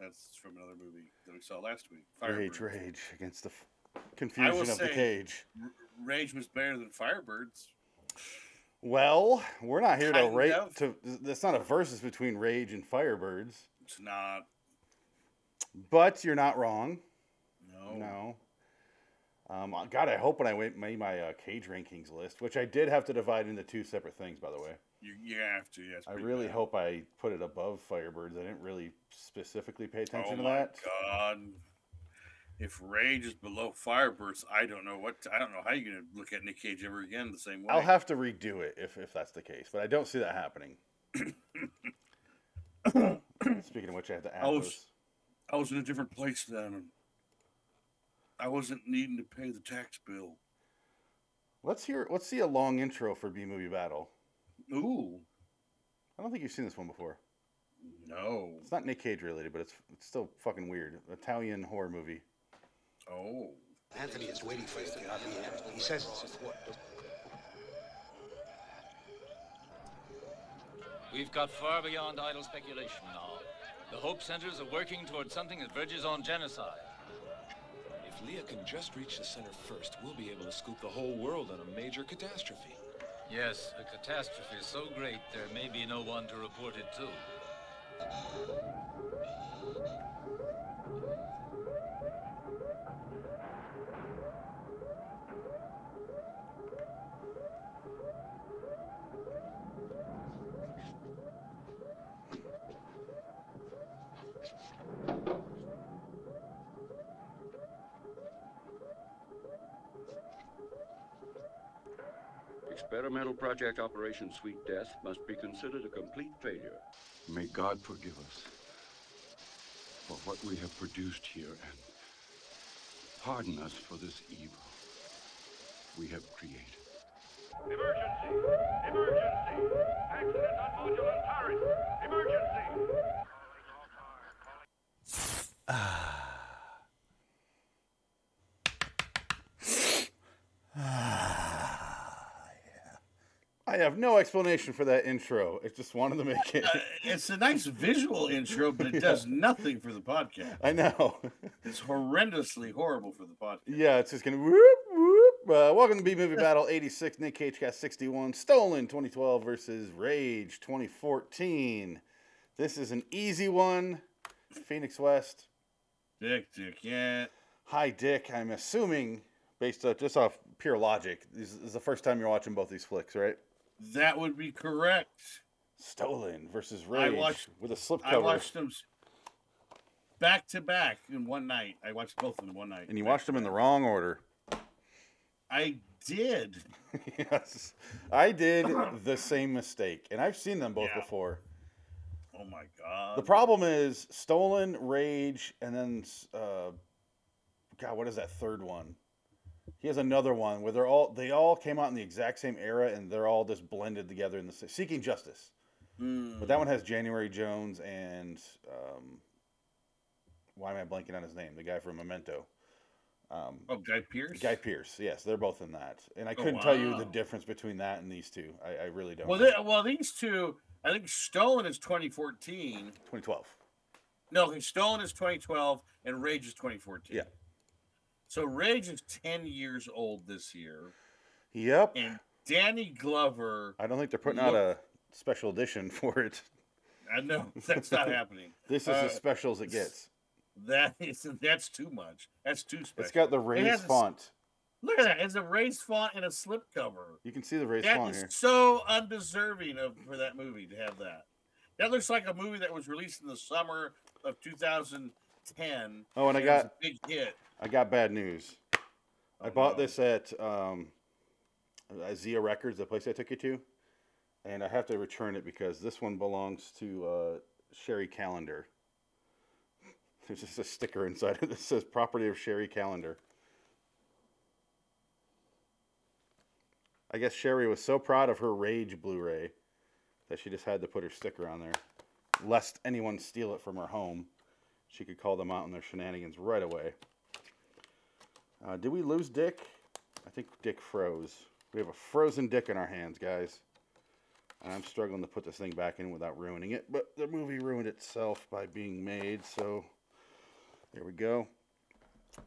That's from another movie that we saw last week. Rage, Firebird. rage against the f- confusion of the say- cage. R- Rage was better than Firebirds. Well, we're not here to Kind rate. of. To that's not a versus between Rage and Firebirds, It's not. but you're not wrong. No. No. Um, uh, God, I hope when I went, made my uh, cage rankings list, which I did have to divide into two separate things, by the way. You, you have to. Yes. I really hope I put it above Firebirds. I didn't really specifically pay attention oh to my that. God. If Rage is below Firebirds, I don't know what. I don't know how you're gonna look at Nick Cage ever again the same way. I'll have to redo it if, if that's the case, but I don't see that happening. Speaking of which, I have to add Oh, those. I was in a different place then. I wasn't needing to pay the tax bill. Let's hear. Let's see a long intro for B movie battle. Ooh. I don't think you've seen this one before. No. It's not Nick Cage related, but it's it's still fucking weird. Italian horror movie. Oh. Anthony is waiting for you at the other end. He says it's important. We've got far beyond idle speculation now. The Hope Centers are working toward something that verges on genocide. If Leah can just reach the center first, we'll be able to scoop the whole world on a major catastrophe. Yes, a catastrophe so great there may be no one to report it to. Experimental project Operation Sweet Death must be considered a complete failure. May God forgive us for what we have produced here and pardon us for this evil we have created. Emergency! Emergency! Accident on Modulan Turret! Emergency! I have no explanation for that intro. I just wanted to make it. Uh, It's a nice visual intro, but it does nothing for the podcast. I know. It's horrendously horrible for the podcast. yeah, it's just gonna whoop whoop. Uh, welcome to B Movie Battle '86. Nick Cage got 61. Stolen 2012 versus Rage 2014. This is an easy one. Phoenix West. Dick, dick, yeah. Hi, Dick. I'm assuming, based off, just off pure logic, this is the first time you're watching both these flicks, right? That would be correct. Stolen versus Rage watched- with a slipcover. I watched them s- back to back in one night. I watched both of them one night. and you watched them in the wrong order. I did. yes, I did the same mistake, and I've seen them both Yeah. before. Oh my god. The problem is stolen, rage, and then uh, God, what is that third one? He has another one where they're all they all came out in the exact same era, and they're all just blended together in the sa- seeking justice. Hmm. But that one has January Jones and um, why am I blanking on his name? The guy from Memento. Um, oh, Guy Pierce. Guy Pierce, yes, they're both in that, and I Oh, couldn't tell you wow. the difference between that and these two. I, I really don't. Well, know. they, well, these two. I think Stolen is 2014. 2012. No, Stolen is 2012, and Rage is 2014. Yeah. So Rage is 10 years old this year, Yep. and Danny Glover. I don't think they're putting out a special edition for it. I know that's not happening. This is Uh, as special as it gets. That is that's too much. That's too special. It's got the raised has a s- font. Look at that. It's a raised font and a slipcover. You can see the raised That font is here. so undeserving of for that movie to have that. That looks like a movie that was released in the summer of 2010. Oh, and I it was got- a big hit. I got bad news. I bought no. this at um, uh, Zia Records, the place I took you to, and I have to return it because this one belongs to uh, Sherry Calendar. There's just a sticker inside it that says "Property of Sherry Calendar." I guess Sherry was so proud of her Rage Blu-ray that she just had to put her sticker on there, lest anyone steal it from her home. She could call them out on their shenanigans right away. Uh, did we lose Dick? I think Dick froze. We have a frozen Dick in our hands, guys. And I'm struggling to put this thing back in without ruining it, but the movie ruined itself by being made, so there we go.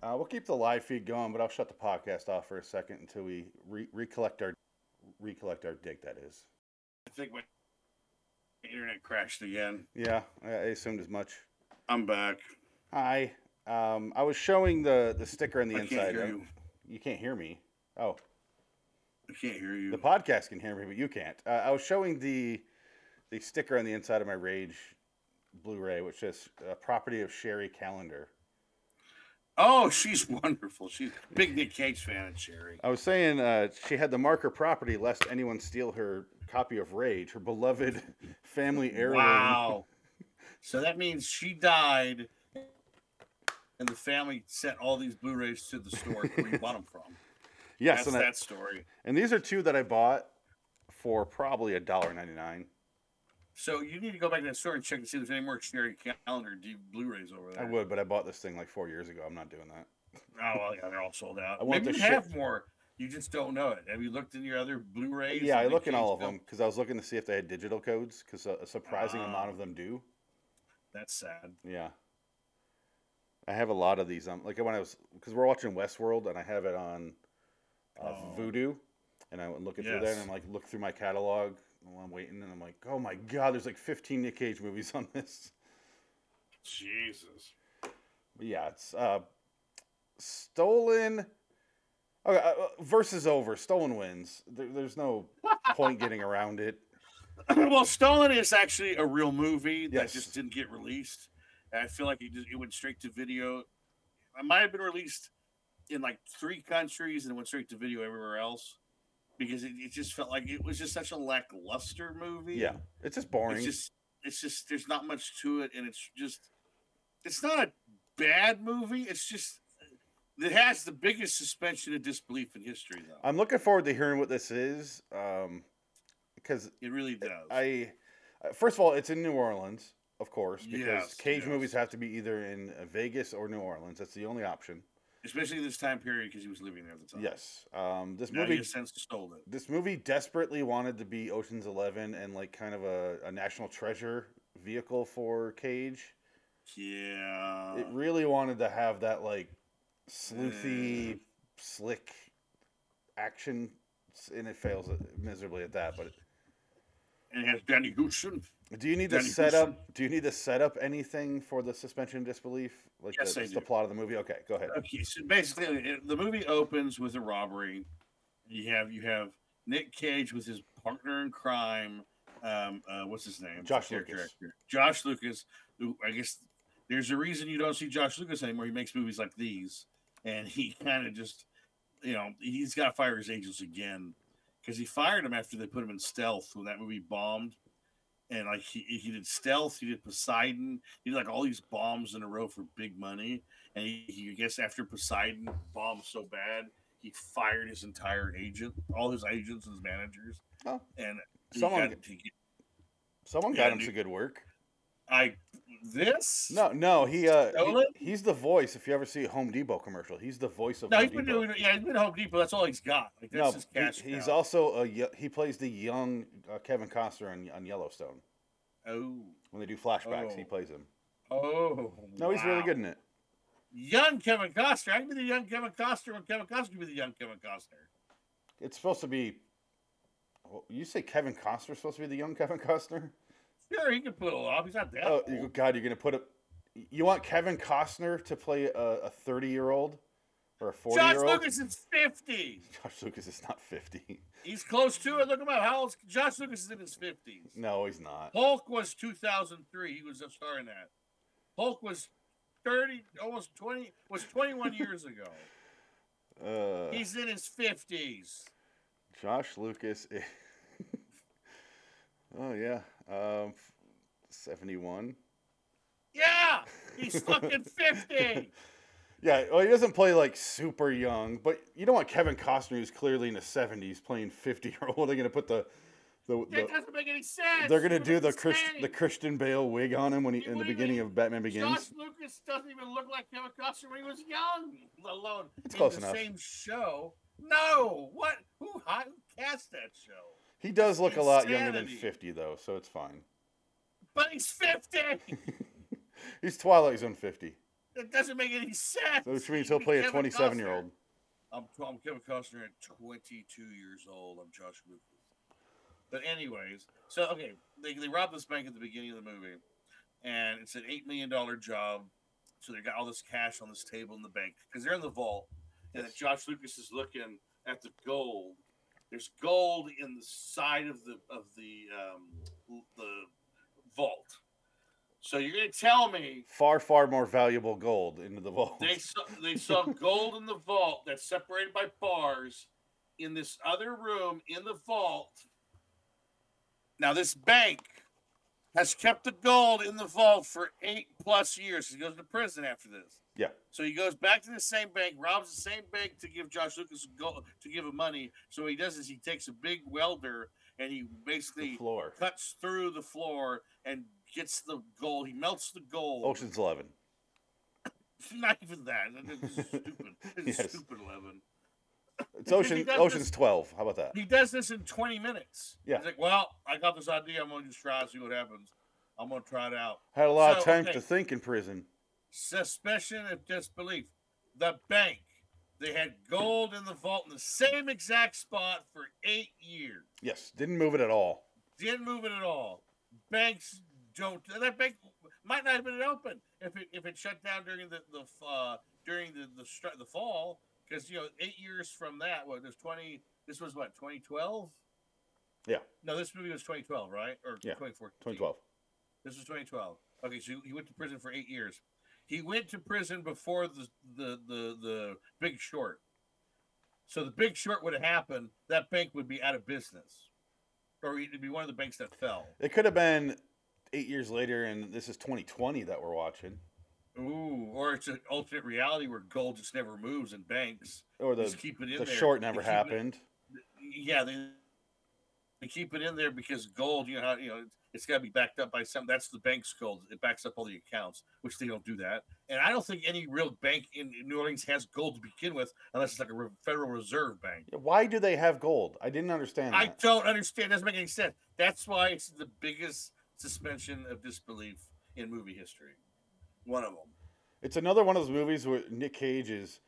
Uh, we'll keep the live feed going, but I'll shut the podcast off for a second until we re- recollect our recollect our dick. That is, I think my internet crashed again. yeah, I I assumed as much. I'm back. Hi, um, I was showing the the sticker on the I can't inside. hear right? you. You can't hear me. Oh, I can't hear the you. podcast can hear me, but you can't. Uh, I was showing the the sticker on the inside of my Rage Blu-ray, which is uh, property of Sherry Calendar. Oh, she's wonderful. She's a big Nick Cage fan and Sherry. I was saying uh, she had the marker property lest anyone steal her copy of Rage, her beloved family heirloom. Wow. so that means she died, and the family sent all these Blu-rays to the store where you bought them from. Yes, That's and, I- that story. and these are two that I bought for probably a dollar ninety nine. So you need to go back to that store and check and see if there's any more Sherry Calendar D- Blu-rays over there. I would, but I bought this thing like four years ago. I'm not doing that. Oh well, yeah, they're all sold out. I want Maybe the you shit- have more. You just don't know it. Have you looked in your other Blu-rays? Yeah, I and look Nick in all Cage of them film? because I was looking to see if they had digital codes because a, a surprising Ah. amount of them do. That's sad. Yeah. I have a lot of these. Um, like when I was, because we're watching Westworld, and I have it on uh, Oh. Voodoo, and I went looking through there, and Yes. I'm like, look through my catalog while I'm waiting, and I'm like, oh my god, there's like 15 Nick Cage movies on this. Jesus. But yeah, it's uh, stolen. Okay, uh, uh, versus over. Stolen wins. There, there's no point getting around it. well, Stolen is actually a real movie that Yes. just didn't get released. And I feel like it, just, it went straight to video. It might have been released in like three countries and went straight to video everywhere else because it, it just felt like it was just such a lackluster movie. Yeah, it's just boring. It's just it's just there's not much to it, and it's just it's not a bad movie. It's just it has the biggest suspension of disbelief in history, though. I'm looking forward to hearing what this is, um, because It really does. I uh, first of all, it's in New Orleans, of course, because Yes, Cage yes. movies have to be either in uh, Vegas or New Orleans. That's the only option. Especially this time period because he was living there at the time. Yes, um, this Now movie. he has since stole it. This movie desperately wanted to be Ocean's Eleven and like kind of a, a national treasure vehicle for Cage. Yeah. it really wanted to have that like sleuthy, Mm. slick action, s- and it fails miserably at that. But and it has Danny Houston. Do you need to Danny set Houston. up? Do you need to set up anything for the suspension of disbelief? Like Yes, the, I just the do. Uh, plot of the movie. Okay, go ahead. Okay, so basically, it, the movie opens with a robbery. You have you have Nick Cage with his partner in crime. Um, uh, what's his name? Josh Character Lucas. actor. Josh Lucas. Who I guess there's a reason you don't see Josh Lucas anymore. He makes movies like these, and he kind of just, you know, he's got to fire his agents again because he fired him after they put him in Stealth when that movie bombed. And like he, he did Stealth, he did Poseidon, he did like all these bombs in a row for big money and he, he I guess after Poseidon bombed so bad, he fired his entire agent, all his agents and his managers, Oh, and he Someone got- he- someone Yeah, got him dude. some good work. I this No, no, he uh, Stolen? he- he's the voice. If you ever see a Home Depot commercial, he's the voice of no Home he's been Depot. doing yeah he's been to Home Depot that's all he's got like that's no, his he- cash he's cow. also a ye- he plays the young uh, Kevin Costner on, on Yellowstone oh when they do flashbacks. He Oh. plays him. oh No, he's really wow. good in it. young Kevin Costner I can be the young Kevin Costner when Kevin Costner can be the young Kevin Costner It's supposed to be. well, You say Kevin Costner's supposed to be the young Kevin Costner? sure he can put it off he's not that Oh old. you- God, you're gonna put up. You want Kevin Costner to play a thirty-year-old or a Josh forty-year-old? Lucas is fifty Josh Lucas is not fifty. he's close to it look him up how old Josh Lucas is in his fifties No, he's not. Hulk was 2003. He was a star in that. Hulk was 30, almost 20, was 21 years ago. Uh, He's in his 50s. Josh Lucas. i- oh yeah, um, seventy-one. Yeah, he's fucking 50. Yeah, well, he doesn't play like super young, but you don't want Kevin Costner, who's clearly in his seventies, playing fifty-year-old. They're gonna put the the. That the doesn't make any sense. they're gonna What do am I the Christ, the saying? Christian Bale wig on him when he He in the wouldn't beginning even- of Batman Begins. Josh Lucas doesn't even look like Kevin Costner when he was young, let alone It's in close the enough. same show. No, what? Who, hi- who cast that show? He does look a lot younger than Insanity. 50, though, so it's fine. But he's 50! He's Twilight Zone 50. That doesn't make any sense! So which means He'd he'll be play a Kevin 27 year old. Costner. I'm, I'm Kevin Costner at 22 years old. I'm Josh Lucas. But anyways, so okay, they, they rob this bank at the beginning of the movie, and it's an eight million dollar job. So they got all this cash on this table in the bank because they're in the vault, and if Josh Lucas is looking at the gold. There's gold in the side of the of the um, l- the vault. So you're gonna tell me Far, far more valuable gold into the vault. they saw, they saw gold in the vault that's separated by bars in this other room in the vault. Now this bank has kept the gold in the vault for eight plus years. He goes to prison after this. Yeah. So he goes back to the same bank, robs the same bank to give Josh Lucas gold to give him money. So what he does is he takes a big welder and he The basically floor. cuts through the floor and gets the gold. He melts the gold. Ocean's Eleven. Not even that. It's stupid. It's Yes. stupid eleven. It's Ocean. does this- Ocean's Twelve. How about that? He does this in twenty minutes. Yeah. He's like, well, I got this idea. I'm gonna just try it, see what happens. I'm gonna try it out. Had a lot of So, time okay. to think in prison. Suspicion of disbelief. The bank. They had gold in the vault in the same exact spot for eight years. Yes, didn't move it at all. Didn't move it at all. Banks don't. That bank might not have been open if it if it shut down during the the uh, during the the str- the fall because you know eight years from that. What there's twenty. This was what twenty twelve. Yeah, No, this movie was twenty twelve, right? Or Yeah, twenty fourteen. 2012. This was 2012. Okay, so he went to prison for eight years. He went to prison before the the the, the Big Short. So the Big Short would have happened. That bank would be out of business, or it'd be one of the banks that fell. It could have been eight years later, and this is 2020 that we're watching, Ooh, or it's an alternate reality where gold just never moves and banks or the just keep it in the there. short They never keep it- happened. yeah, they, they keep it in there because gold. You know how you know it's got to be backed up by some. That's the bank's gold. It backs up all the accounts, which they don't do that. And I don't think any real bank in in New Orleans has gold to begin with, unless it's like a re- Federal Reserve bank. Why do they have gold? I didn't understand. I that. don't understand. Doesn't make any sense. That's why it's the biggest suspension of disbelief in movie history. One of them. It's another one of those movies where Nick Cage is,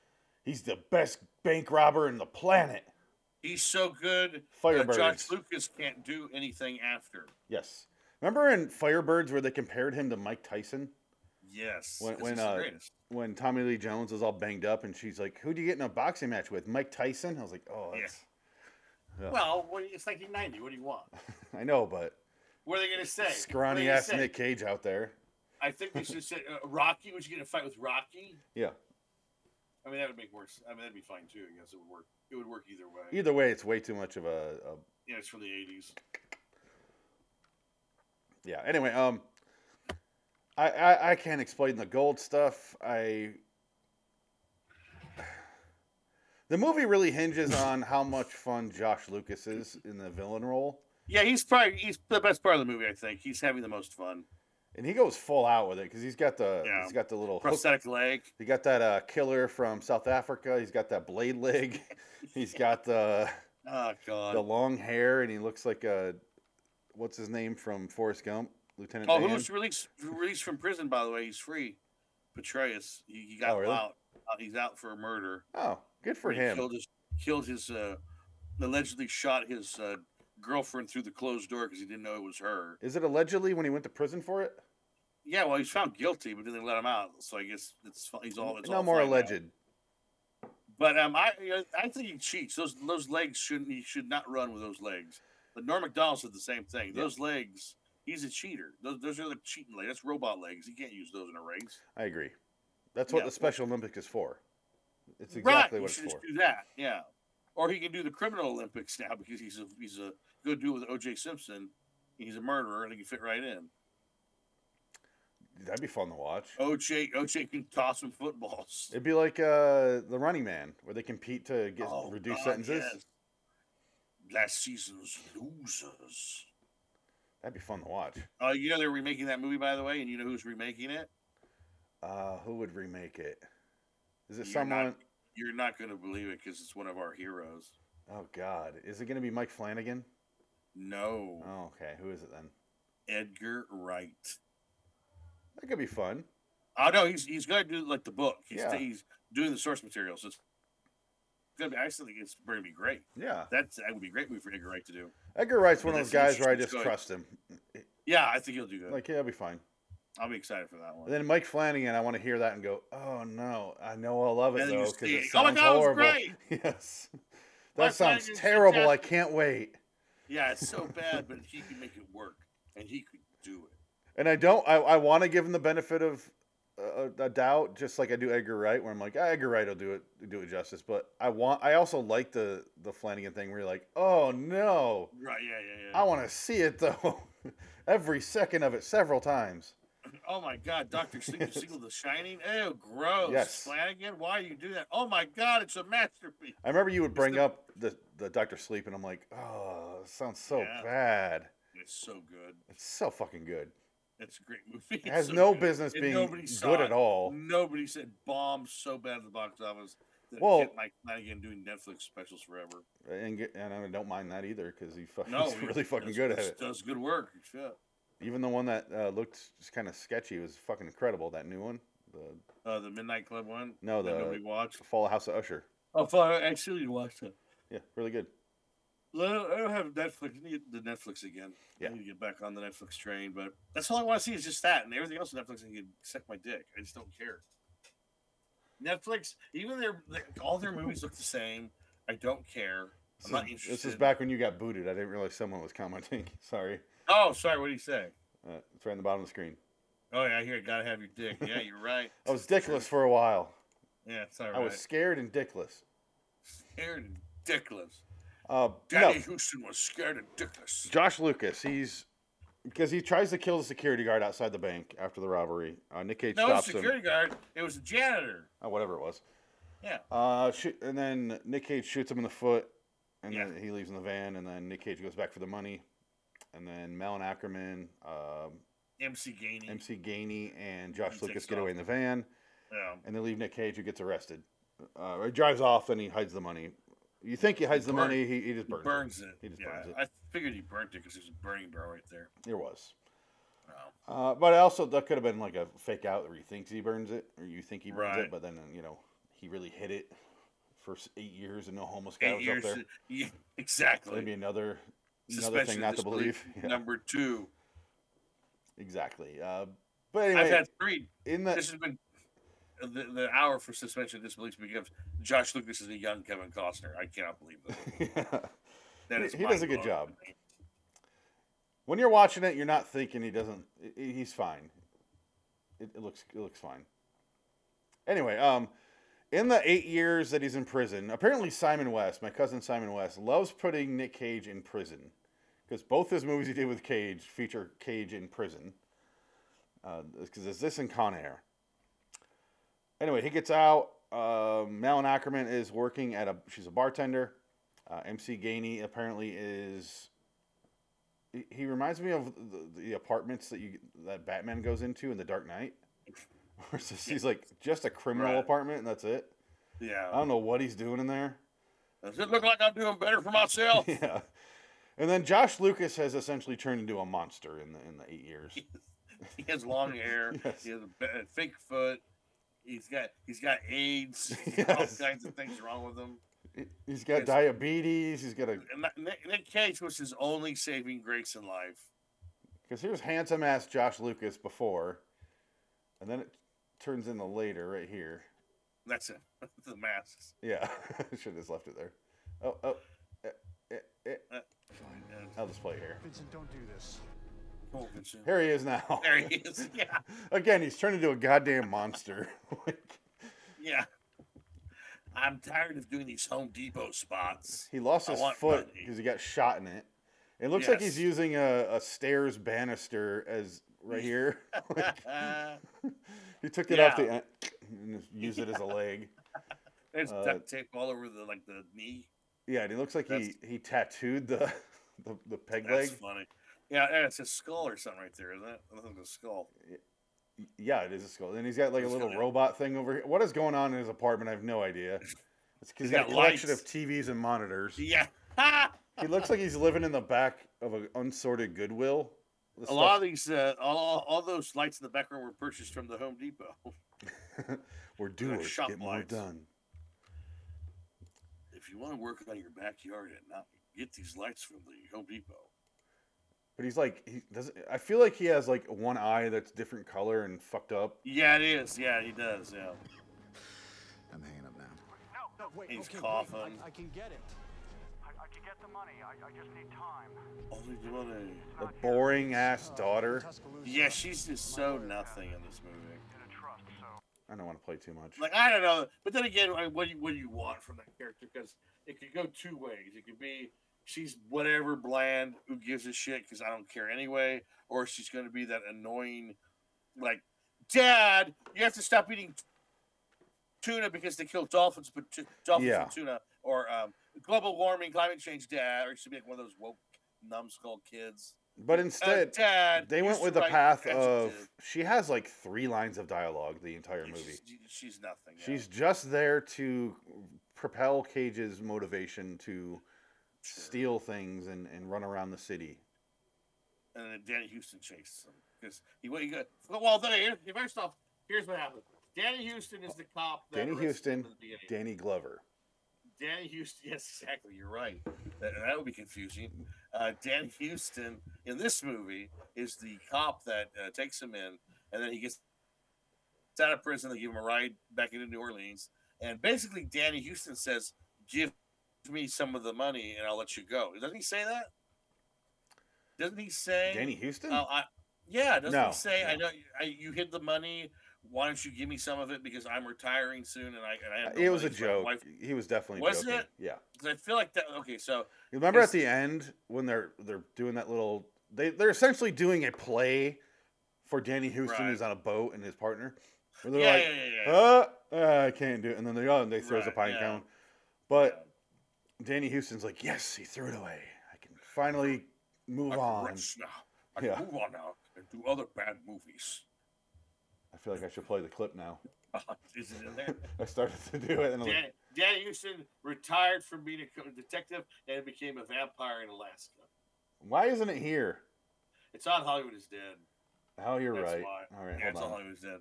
he's the best bank robber in the planet. He's so good. that Josh Firebirds. Lucas can't do anything after. Yes. Remember in Firebirds where they compared him to Mike Tyson Yes. when this when is the uh, greatest. when Tommy Lee Jones was all banged up and she's like, "Who do you get in a boxing match with? Mike Tyson?" I was like, "Oh, Yeah. that's, Well, what- it's 1990. What do you want? I know, but What are they gonna say? What are they scrawny gonna ass say? Nick Cage out there." I think they should say uh, Rocky. Would you get in a fight with Rocky? Yeah. I mean, that would make worse. I mean, that'd be fine too. I guess it would work. It would work either way. Either way, it's way too much of a, a Yeah, it's from the '80s. yeah. Anyway, um, I, I I can't explain the gold stuff. I the movie really hinges on how much fun Josh Lucas is in the villain role, Yeah, he's probably he's the best part of the movie. I think he's having the most fun. and he goes full out with it because he's got the Yeah. he's got the little hook. Prosthetic leg. He got that uh, killer from South Africa. He's got that blade leg. He's got the Oh God. the long hair, and he looks like a what's his name from Forrest Gump, Lieutenant. oh, Dan. who was released released from prison? By the way, he's free. Petraeus. He, he got Oh, really? out. Uh, He's out for murder. Oh, good for He him. Killed his killed his uh, allegedly shot his uh, girlfriend through the closed door because he didn't know it was her. Is it allegedly when he went to prison for it? Yeah, well, he's found guilty, but then they let him out. So I guess it's fi- he's all it's no all more fine now. alleged. But um, I you know, I think he cheats. Those those legs shouldn't he should not run with those legs. But Norm Macdonald said the same thing. Yeah. Those legs, he's a cheater. Those, those are the cheating legs. That's robot legs. He can't use those in a race. I agree. That's what Yeah. the Special Olympics is for. It's right, exactly you what should it's just for. do that. Yeah, or he can do the criminal Olympics now because he's a he's a good dude with O.J. Simpson. He's a murderer and he can fit right in. That'd be fun to watch. Oh. O.J. O.J. can toss some footballs. It'd be like uh, the Running Man, where they compete to get Oh, reduced God, sentences. yes. Last season's losers. That'd be fun to watch. Uh, you know they're remaking that movie, by the way, and you know who's remaking it? Uh, who would remake it? Is it You're someone? not- You're not going to believe it because it's one of our heroes. Oh God, is it going to be Mike Flanagan? No, Oh, okay. Who is it then? Edgar Wright. That could be fun. Oh no, he's he's gonna do like the book. He's, Yeah. he's doing the source material, so it's gonna be. I actually think it's gonna be great. Yeah. That's that would be a great movie for Edgar Wright to do. Edgar Wright's one of And those that's- guys where I that's good. just trust him. Yeah, I think he'll do good. Like, yeah, it'll be fine. I'll be excited for that one. And then Mike Flanagan, I want to hear that and go, oh no, I know I'll love it And then you though because see it it. Oh my sounds God, it was horrible. great. Yes, that Mike sounds Flanagan's terrible. I fantastic. can't wait. yeah, it's so bad, but he can make it work, and he could do it. And I don't. I, I want to give him the benefit of uh, a doubt, just like I do Edgar Wright, where I'm like, ah, Edgar Wright will do it, do it justice. But I want. I also like the the Flanagan thing where you're like, oh no, Right? Yeah, yeah, yeah. I want to see it though, every second of it, several times. Oh my God, Doctor Sleep Single, The Shining. Oh, gross. Yes. Flanagan, why you do that? Oh my God, it's a masterpiece. I remember you would bring the- up the the Doctor Sleep, and I'm like, oh, it sounds so Yeah. bad. It's so good. It's so fucking good. It's a great movie. It It's has so no good. business And being nobody saw good it. at all. Nobody said bomb so bad at the box office that Well- well, kept Mike Flanagan doing Netflix specials forever. And get, and I don't mind that either because he fucking No, he's he really fucking does- good at does- it. Does good work. Shit. Even the one that uh, looked just kind of sketchy was fucking incredible. That new one, the Uh, the Midnight Club one. No, that the- nobody watched. Fall of House of Usher. Oh, fuck, I actually need to watch that. Yeah, really good. Well, I don't have Netflix. I need the Netflix again. Yeah. I need to get back on the Netflix train, but that's all I want to see is just that, and everything else on Netflix. I can suck my dick. I just don't care. Netflix, even their their- all their movies look the same. I don't care. This I'm not is, interested. this is back when you got booted. I didn't realize someone was commenting. Sorry, Oh, sorry. What do you say? uh, it's right on the bottom of the screen. Oh yeah, I hear. Gotta have your dick. Yeah, you're right. I was dickless for a while. Yeah, it's all right. I was scared and dickless. scared and dickless. Uh, no, Daddy Houston was scared and dickless. Josh Lucas, he's because he tries to kill the security guard outside the bank after the robbery. Uh, Nick Cage No, it was stops a him. security guard. It was a janitor. Uh, whatever it was. Yeah. Uh, shoot, and then Nick Cage shoots him in the foot, and Yeah. then he leaves in the van, and then Nick Cage goes back for the money, and then Malin Ackerman, um, MC Gainey. MC Gainey, and Josh He Lucas takes get off. away in the van, Yeah. and they leave Nick Cage, who gets arrested. Uh, he drives off, and he hides the money. You think he hides the Burn- money? He, he just He burns, burns it. it. He just yeah, burns it. I figured he burnt it because there's a burning barrel right there. Um, It was. Wow. Uh, but also that could have been like a fake out where he thinks he burns it, or you think he burns Right. it, but then you know he really hid it for s- eight years and no homeless guy Eight was years. up there. to- yeah, So exactly. Maybe another another Suspension thing of not to believe. disbelief, Yeah, Number two. exactly. Uh, but anyway, I've had three. in the This has been the, the hour for suspension of disbelief becomes Josh Lucas is a young Kevin Costner. I cannot believe that. that He- is he does a good mind-blowing. when you're watching it, you're not thinking he doesn't. i- i- He's fine. It, it looks it looks fine. Anyway, um, in the eight years that he's in prison, apparently Simon West, my cousin Simon West, loves putting Nick Cage in prison because both his movies he did with Cage feature Cage in prison. Because it's this in Con Air. Anyway, he gets out. Uh, Malin Ackerman is working at a. She's a bartender. Uh, MC Gainey apparently is. he- He reminds me of the, the apartments that you that Batman goes into in The Dark Knight. Where it's just- he's like just a criminal Right. apartment and that's it. I Yeah. don't know what he's doing in there. Does it look like I'm doing better for myself? yeah. And then Josh Lucas has essentially turned into a monster in the in the eight years. he has long hair. Yes. He has a ba- a fake foot. He's got he's got AIDS. He's got Yes. All kinds of things wrong with him. He- He's got Yes. diabetes. He's got a And that- Nick, Nick Cage was his only saving grace in life. Because here's handsome ass Josh Lucas before, and then it turns into later right here. That's it. the masks. Yeah, I should have just left it there. Oh, oh, eh, eh, eh. And- I'll just play here. Vincent, don't do this. oh, good shit. Here he is now. There he is. Yeah, Again, he's turned into a goddamn monster. like, yeah. I'm tired of doing these Home Depot spots. he lost I his want foot money. because he got shot in it. It looks like he's Yes. using a, a stairs banister as right here. Like, Uh, he took it off the end and just used it as a leg. there's Uh, duct tape all over the like the knee. Yeah, and he looks like he, That's- he tattooed the, the, the peg That's leg. funny. Yeah, and it's a skull or something right there, isn't it? I think it's a skull. Yeah, it is a skull. And he's got like a It's little got- robot thing over here. What is going on in his apartment? I have no idea. It's 'cause he's got, got a collection lights. of TVs and monitors. Yeah. Ha! He looks like he's living in the back of an unsorted Goodwill. The A lot of these, uh, all, all those lights in the background were purchased from the Home Depot. we're doers. shop Get more lights. done. If you want to work on your backyard at night, get these lights from the Home Depot. But he's like, he doesn't. I feel like he has like one eye that's different color and fucked up. Yeah, it is. Yeah, he does. Yeah, I'm hanging up now. No, wait. he's coughing. I can get it. I, I can get the money. I, I just need time. Only the money. The boring ass daughter. Tuscaloosa. Yeah, she's just so nothing in this movie. In a trust, so. I don't want to play too much. Like I don't know, but then again, I- what do you, what do you want from that character? Because it could go two ways. It could be she's whatever bland, who gives a shit because I don't care anyway, or she's going to be that annoying, like, Dad, you have to stop eating tuna because they kill dolphins, but t- dolphins Yeah. and tuna, or um, global warming, climate change, Dad, or she'd be like one of those woke numbskull kids. But Uh, instead, Dad, they you went with the strike path of adjective." she has like three lines of dialogue the entire And movie. She's, she's nothing. yeah. She's just there to propel Cage's motivation to steal things and, and run around the city. and then Danny Houston chased him because he went. He got, well, then here, first off, here's what happened. Danny Houston is the cop. That Danny arrested him Houston, at the beginning. Danny Glover. Danny Houston. Yes, exactly. You're right. That, that would be confusing. Uh, Danny Houston in this movie is the cop that uh, takes him in, and then he gets out of prison. They give him a ride back into New Orleans, and basically Danny Houston says, "Give me some of the money, and I'll let you go." Doesn't he say that? Doesn't he say Danny Houston? Oh, I, yeah. Doesn't No, he say I no. know I, you hid the money? Why don't you give me some of it because I'm retiring soon and I and I have no it was a money for my joke. wife." He was definitely Was joking. it? Yeah. 'Cause I feel like that. Okay, so You remember at It's- the end when they're they're doing that little they they're essentially doing a play for Danny Houston Right. who's on a boat and his partner. Where they're yeah, like, yeah, yeah, yeah, "Uh, uh, I can't do it, and then they go and they throws a Right, pine yeah. cone. But Danny Houston's like, yes, he threw it away. I can finally move I can on. rest now. I Yeah. can move on now and do other bad movies. I feel like I should play the clip now. Is it in there? I started to do it, and I'm like, Dan, Danny Houston retired from being a co- detective and became a vampire in Alaska. why isn't it here? It's on Hollywood is Dead. Oh, you're That's right. why. All right, Yeah, it's hold all on. he was in.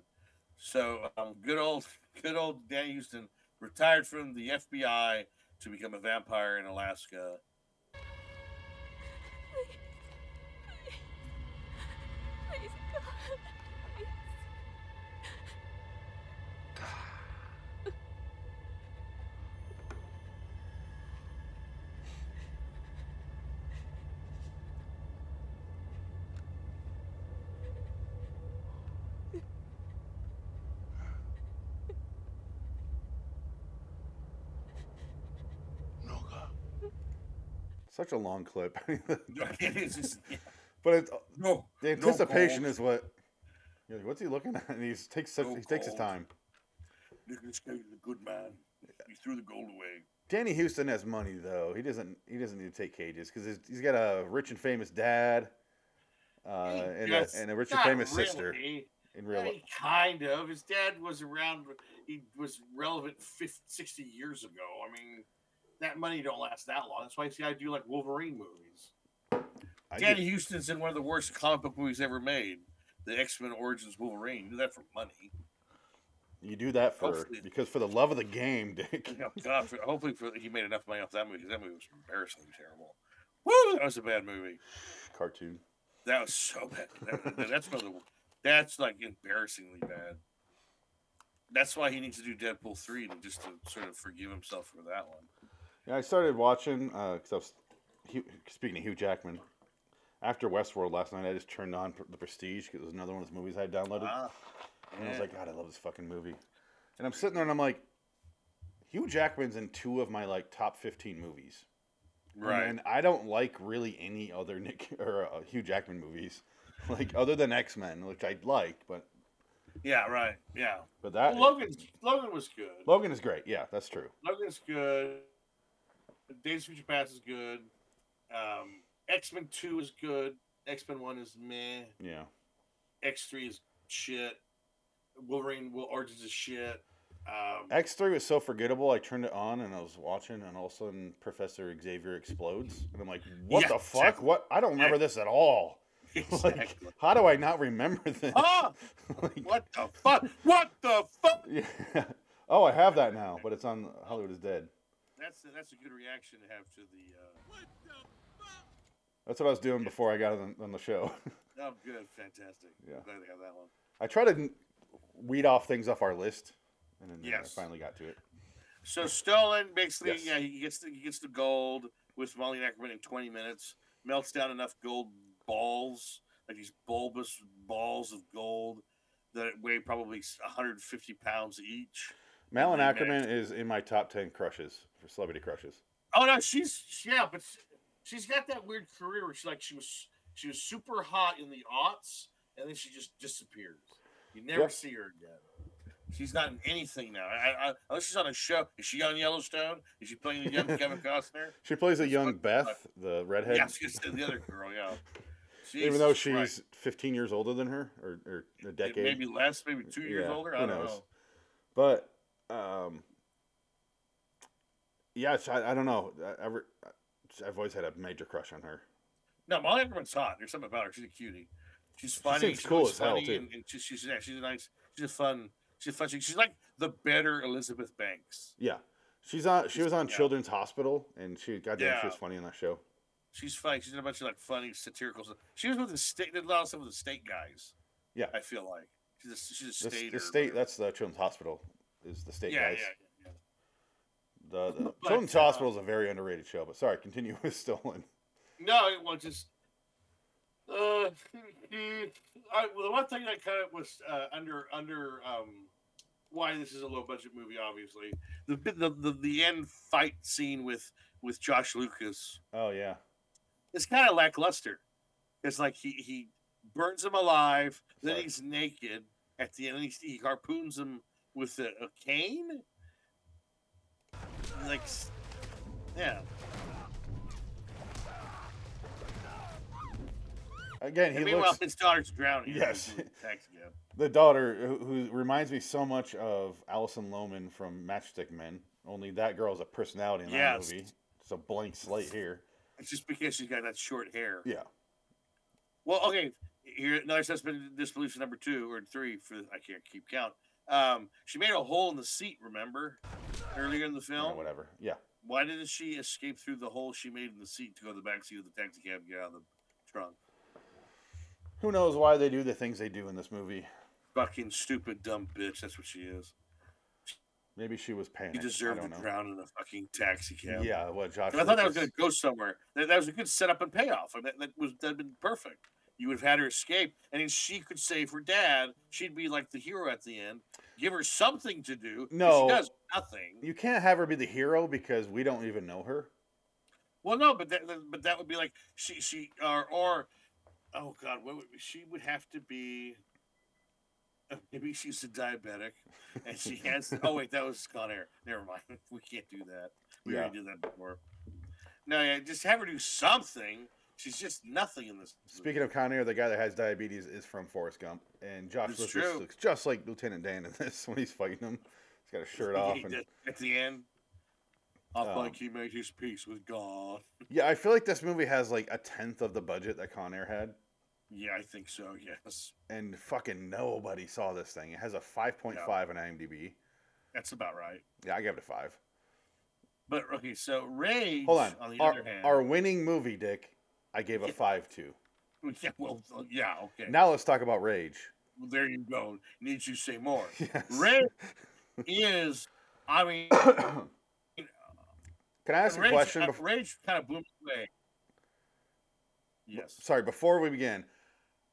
So um, good old, good old Dan Houston retired from the FBI to become a vampire in Alaska. Please, God. Please. Such a long clip, It's just- but it's, no, the no anticipation gold. is what. You're like, what's he looking at? And he takes such, No he takes his gold. time. Nicholas Cage is a good man. He threw the gold away. Danny Houston has money though. He doesn't. He doesn't need to take cages because he's got a rich and famous dad, uh, He and, a, just- and a rich and not famous sister really. in real I mean, life. kind of. His dad was around. He was relevant 50, 60 years ago. I mean, that money don't last that long. That's why see, I do like Wolverine movies. I Danny get- Houston's in one of the worst comic book movies ever made, the X Men Origins Wolverine. Do that for money. You do that for Hopefully- because for the love of the game, You Dick. know, Oh, God, for- hopefully for, he made enough money off that movie because that movie was embarrassingly terrible. Woo! That was a bad movie. Cartoon. That was so bad. That- that- that's one of the, That's like embarrassingly bad. That's why he needs to do Deadpool three and just to sort of forgive himself for that one. Yeah, I started watching because I was Hugh, speaking of Hugh Jackman. After Westworld last night, I just turned on Pr- The Prestige because it was another one of those movies I had downloaded, Ah, and I was like, God, I love this fucking movie. And I'm sitting there and I'm like, Hugh Jackman's in two of my like top 15 movies. right. And I don't like really any other Nick or uh, Hugh Jackman movies, like other than X Men, which I like, but yeah. Right. Yeah. but that Well, Logan. Logan was good. Logan is great. Yeah, that's true. Logan's good. Days of Future Past is good. Um, X Men Two is good. X Men One is meh. Yeah. X Three is shit. Wolverine Will Origins is shit. Um, X3 was so forgettable. I turned it on and I was watching, and all of a sudden Professor Xavier explodes, and I'm like, "What Yeah, the fuck? exactly. What? I don't remember this at all. Like, exactly. how do I not remember this? Ah! Like, what the fuck? What the fuck? yeah. Oh, I have that now, but it's on Hollywood is Dead. That's that's a good reaction to have to the. uh, That's what I was doing before I got on, on the show. Uh, oh, good, fantastic. Yeah. Glad they got that one. I tried to n- weed off things off our list, and then uh, Yes. I finally got to it. So Stolen basically, Yes. yeah, he gets the, he gets the gold with Molly Ackerman in 20 minutes. Melts down enough gold balls, like these bulbous balls of gold that weigh probably 150 pounds each. Malin Then Ackerman is in my top ten crushes for celebrity crushes. Oh no, she's yeah, but s- she's got that weird career where she like she was she was super hot in the aughts, and then she just disappears. You never Yeah. see her again. She's not in anything now. I, I, unless she's on a show. Is she on Yellowstone? Is she playing the young Kevin Costner? She plays a young fucking Beth, the redhead. Yeah, she's the other girl. Yeah. even though Jesus she's Christ. 15 years older than her or, or a decade maybe less, maybe two years Yeah, older. who I don't knows? know. but um yeah it's- I, I don't know I, I, re- i've always had a major crush on her No, Molly Ackerman's hot. There's something about her. She's a cutie. She's funny. seems she's cool always as hell, funny, too. And, and she, she's yeah, she's a nice. She's a fun. She's a fun. She, she's like the better Elizabeth Banks. yeah she's on she She's- was on yeah. children's hospital and she goddamn she Yeah. was funny on that show She's funny. She's in a bunch of like funny satirical stuff. She was with the state. Did a lot of stuff with the state guys. Yeah. I feel like she's a, she's a the, stater. the state but- that's the children's hospital is the state yeah, yeah, guys yeah, the, the But, children's uh, hospital is a very underrated show but sorry continue with stolen yeah. No, it was just. Uh, I, well, the one thing that kind of was uh, under under um, why this is a low budget movie, obviously the bit- the the, the end fight scene with with Josh Lucas oh yeah is kind of lackluster. It's like he he burns him alive, then Sorry. he's naked at the end. And he, he harpoons him with a, a cane. Like, s- yeah, again And he meanwhile, looks his daughter's drowning. Yes. Thanks again. the daughter who, who reminds me so much of Allison Lohman from Matchstick Men. Only that girl is a personality in that Yes. movie. It's a blank slate here. It's just because she's got that short hair. Yeah. Well, okay. Here, another suspect in disbelief number two or three. For I can't keep count. Um, she made a hole in the seat. Remember, earlier in the Or film. whatever. Yeah. Why didn't she escape through the hole she made in the seat to go to the back seat of the taxi cab and get out of the trunk? Who knows why they do the things they do in this movie? Fucking stupid, dumb bitch. That's what she is. Maybe she was panicked. You deserve to I don't know. drown in a fucking taxi cab. Yeah. What Josh? And I thought that was going Lucas- to go somewhere. That, that was a good setup and payoff. I mean, that, that was that'd been perfect. You would have had her escape, and then she could save her dad. She'd be like the hero at the end. Give her something to do. 'cause she No. does nothing. You can't have her be the hero because we don't even know her. Well, no, but that, that- but that would be like she she or or oh god, what would she would have to be? uh, Maybe she's a diabetic, and she has. oh wait, that was Con Air. Never mind. We can't do that. We already did that before. No, yeah, just have her do something. She's just nothing in this. movie. Speaking of Con Air, the guy that has diabetes is from Forrest Gump, and Josh It's Lucas true. looks just like Lieutenant Dan in this when he's fighting him. He's got his shirt off, and at the end, I Um, think he made his peace with God. Yeah, I feel like this movie has like a tenth of the budget that Con Air had, Yeah, I think so. Yes, and fucking nobody saw this thing. It has a 5.5 on IMDb. that's about right. Yeah, I gave it a five. But okay, so Rage. Hold on. the our, other hand, our winning movie, Dick, I gave a Yeah. five to. yeah, well, yeah, okay. Now let's talk about Rage. Well, there you go. Need you say more? Yes. Rage is, I mean, Can I ask a Rage, question? uh, bef- Rage kind of blew me away. Yes. Sorry, before we begin,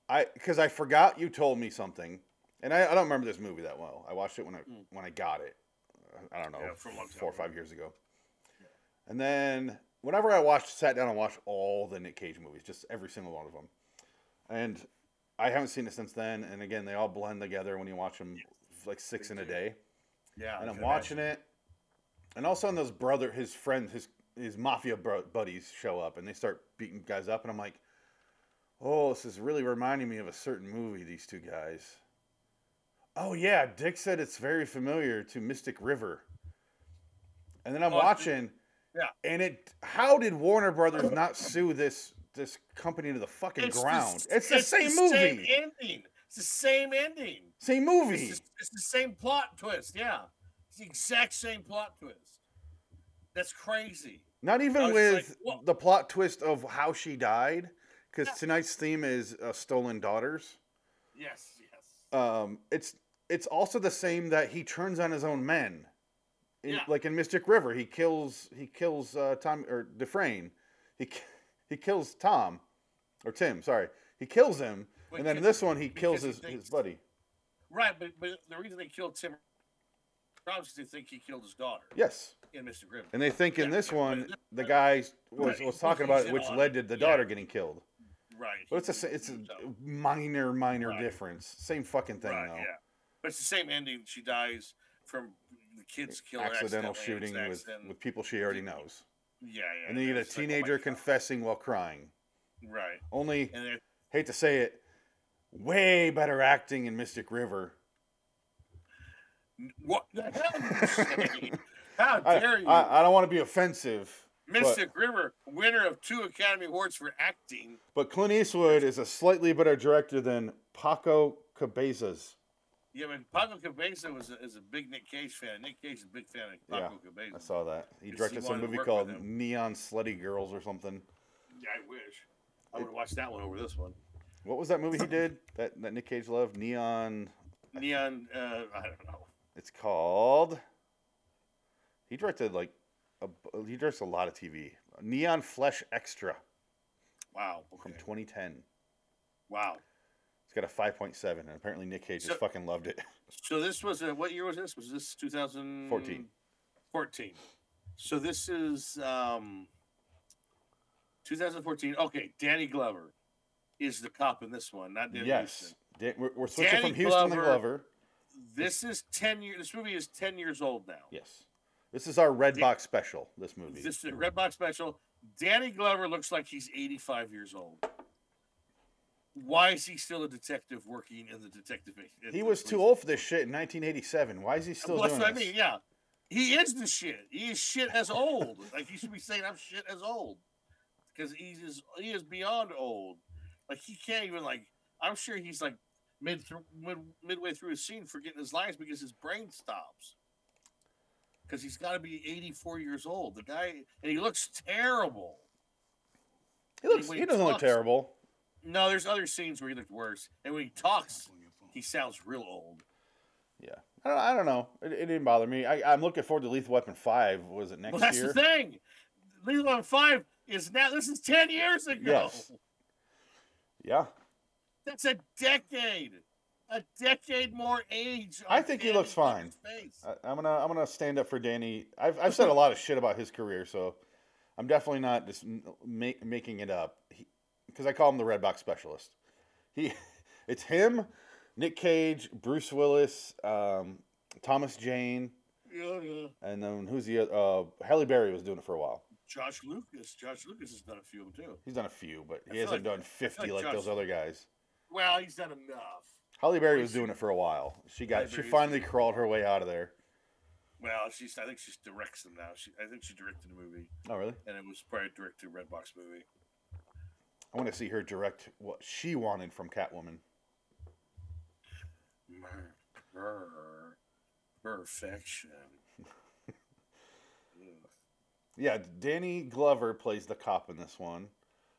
I because I forgot you told me something, and I, I don't remember this movie that well. I watched it when I Mm. when I got it. I don't know, Yeah, for a long time four or five ago. years ago. And then whenever I watched, sat down and watched all the Nick Cage movies, just every single one of them, and I haven't seen it since then. And again, they all blend together when you watch them like six they in a do. day. Yeah. And I'm watching it, and all of a sudden those brother, his friends, his his mafia bro- buddies show up, and they start beating guys up, and I'm like, oh, this is really reminding me of a certain movie. These two guys. Oh yeah, Dick said it's very familiar to Mystic River. And then I'm Oh, it's- watching. Yeah. And it how did Warner Brothers not sue this this company to the fucking It's the ground? s- it's the same movie. Same Same, ending. It's the same ending. movie. It's the, it's the same plot twist. Yeah, it's the exact same plot twist. That's crazy. Not I was even just with like, "Whoa." the plot twist of how she died, because Yeah. tonight's theme is uh, stolen daughters. Yes, yes. Um, it's it's also the same that he turns on his own men, in, Yeah. like in Mystic River. He kills he kills uh, Tom or Dufresne. He ki- he kills Tom or Tim. Sorry, he kills him, Wait, and then ki- this one he kills because he his, thinks- his buddy. Right, but, but the reason they killed Tim Robbins is they think he killed his daughter Yes, in Mr. Grimm. and they think in Yeah, this but one this- the guy was, Right, was talking he's about it, in which on led it. to the Yeah. daughter getting killed. right. But it's a he- sa- it's a so- minor minor Right. difference. Same fucking thing right, though. yeah. But it's the same ending. She dies from the kids killing Accidental accidentally shooting in with, his accident. with people she already knows. yeah, yeah. And then you get a it's like, oh my teenager God. confessing while crying. Right, Only and it, hate to say it, way better acting in Mystic River. what the hell? Are you saying? How I, dare you? I, I don't want to be offensive. but- Mystic River, winner of two Academy Awards for acting. But Clint Eastwood is a slightly better director than Paco Cabezas. Yeah, but Paco Cabeza was a, is a big Nick Cage fan. Nick Cage is a big fan of Yeah, Paco Cabeza. I saw that. He Yes, he directed some wanted to movie work called with him. Neon Slutty Girls or something. Yeah, I wish. I would watch that one over this one. What was that movie he did that, that Nick Cage loved? Neon. Neon, uh, I don't know. It's called. He directed like. A, he directs a lot of TV. Neon Flesh Extra Wow. from Okay. 2010. Wow. It's got a 5.7, and apparently Nick Cage So- just fucking loved it. So this was a, what year was this? Was this 2014? 14. So this is um 2014. Okay, Danny Glover is the cop in this one, not Danny Yes. Houston. Da- we're, we're switching Danny from Houston Glover. to Glover. This is 10 years. This movie is 10 years old now. Yes. This is our Red Dan- Box special, this movie. This is a red box special. Danny Glover looks like he's 85 years old. Why is he still a detective working in the detective? in he the was too police old for this shit in 1987. Why is he still Well, doing that's what this? I mean. Yeah, he is the shit. He is shit as old. like he should be saying, "I'm shit as old," because he's is he is beyond old. Like he can't even like. I'm sure he's like mid through mid midway through his scene forgetting his lines because his brain stops. Because he's got to be 84 years old. The guy and he looks terrible. He, looks, When he doesn't look talks- terrible. No, there's other scenes where he looked worse, and when he talks, he sounds real old. Yeah. I don't, I don't know. It, it didn't bother me. I, I'm looking forward to Lethal Weapon 5. Was it next Well, that's year? the thing. Lethal Weapon Five is now. This is 10 years ago. Yes. Yeah. That's a decade. A decade more age. I on think he Danny looks fine. Glover's face. I, I'm gonna I'm gonna stand up for Danny. I've, I've said a lot of shit about his career, so I'm definitely not just m- make, making it up. Because I call him the Red Box Specialist. He, it's him, Nick Cage, Bruce Willis, um, Thomas Jane, Yeah, yeah. and then who's the oth- uh, Halle Berry was doing it for a while. Josh Lucas. Josh Lucas has done a few of them too. He's done a few, but I he feel hasn't like- done I feel 50 like like, Josh- those other guys. Well, he's done enough. Halle Berry was doing it for a while. She Halle got she Berry's finally doing it. crawled her way out of there. Well, she's. I think she directs them now. She, I think she directed a movie, Oh really? and it was probably directed a Redbox movie. I want to see her direct what she wanted from Catwoman. Mer- mer- Perfection. Ugh. Yeah, Danny Glover plays the cop in this one.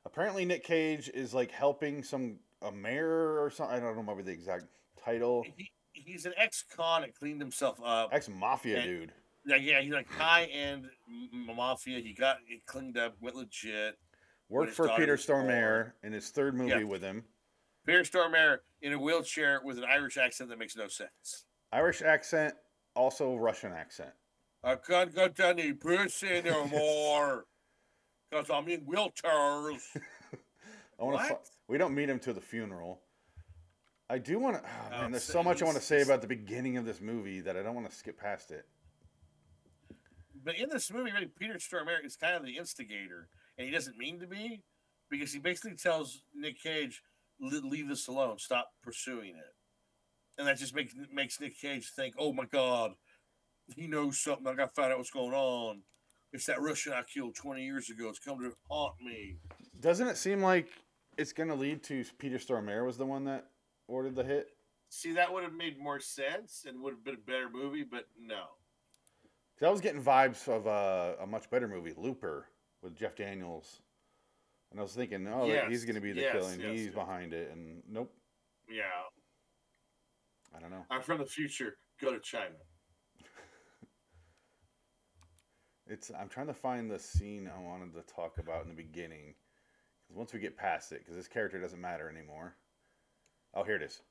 Apparently, Nick Cage is like helping some a mayor or something. I don't remember the exact title. He, he's an ex-con that cleaned himself up. Ex mafia And- dude. Yeah, yeah, he's like high end mafia. He got it cleaned up, went legit. Worked his for daughter Peter was born. Stormare in his third movie Yeah. with him. Pierce Stormare in a wheelchair with an Irish accent that makes no sense. Irish accent, also Russian accent. I can't get any pussy no more because I'm in wheelchairs. I want to. What? We don't meet him to the funeral. I do want to. Oh, Oh, man, there's it's- so much I want to it's- say it's- about the beginning of this movie that I don't want to skip past it. But in this movie, really, Peter Stormare is kind of the instigator, and he doesn't mean to be because he basically tells Nick Cage, "Le- "Leave this alone. Stop pursuing it." and that just makes makes Nick Cage think, "Oh my God, he knows something. I got to find out what's going on. It's that Russian I killed 20 years ago. It's come to haunt me." Doesn't it seem like it's going to lead to Peter Stormare was the one that ordered the hit? See, that would have made more sense and would have been a better movie, but no. 'Cause I was getting vibes of uh, a much better movie, Looper, with Jeff Daniels. And I was thinking, oh, Yes, he's going to be the yes, killing. yes, he's yes. behind it. And nope, Yeah, I don't know. I'm from the future. Go to China. It's I'm trying to find the scene I wanted to talk about in the beginning. 'Cause once we get past it, because this character doesn't matter anymore. Oh, here it is.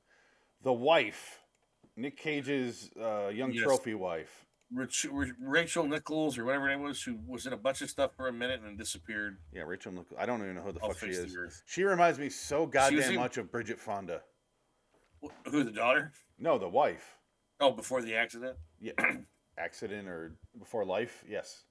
The wife, Nick Cage's uh, young Yes. trophy wife. Rich, Rich- Rachel Nichols or whatever her name was, who was in a bunch of stuff for a minute and then disappeared. Yeah, Rachel. Nichol- I don't even know who the I'll fuck she face the is. earth. She reminds me so goddamn in- much of Bridget Fonda. Wh- Who the daughter? No, the wife. Oh, before the accident. Yeah, accident or before life. Yes.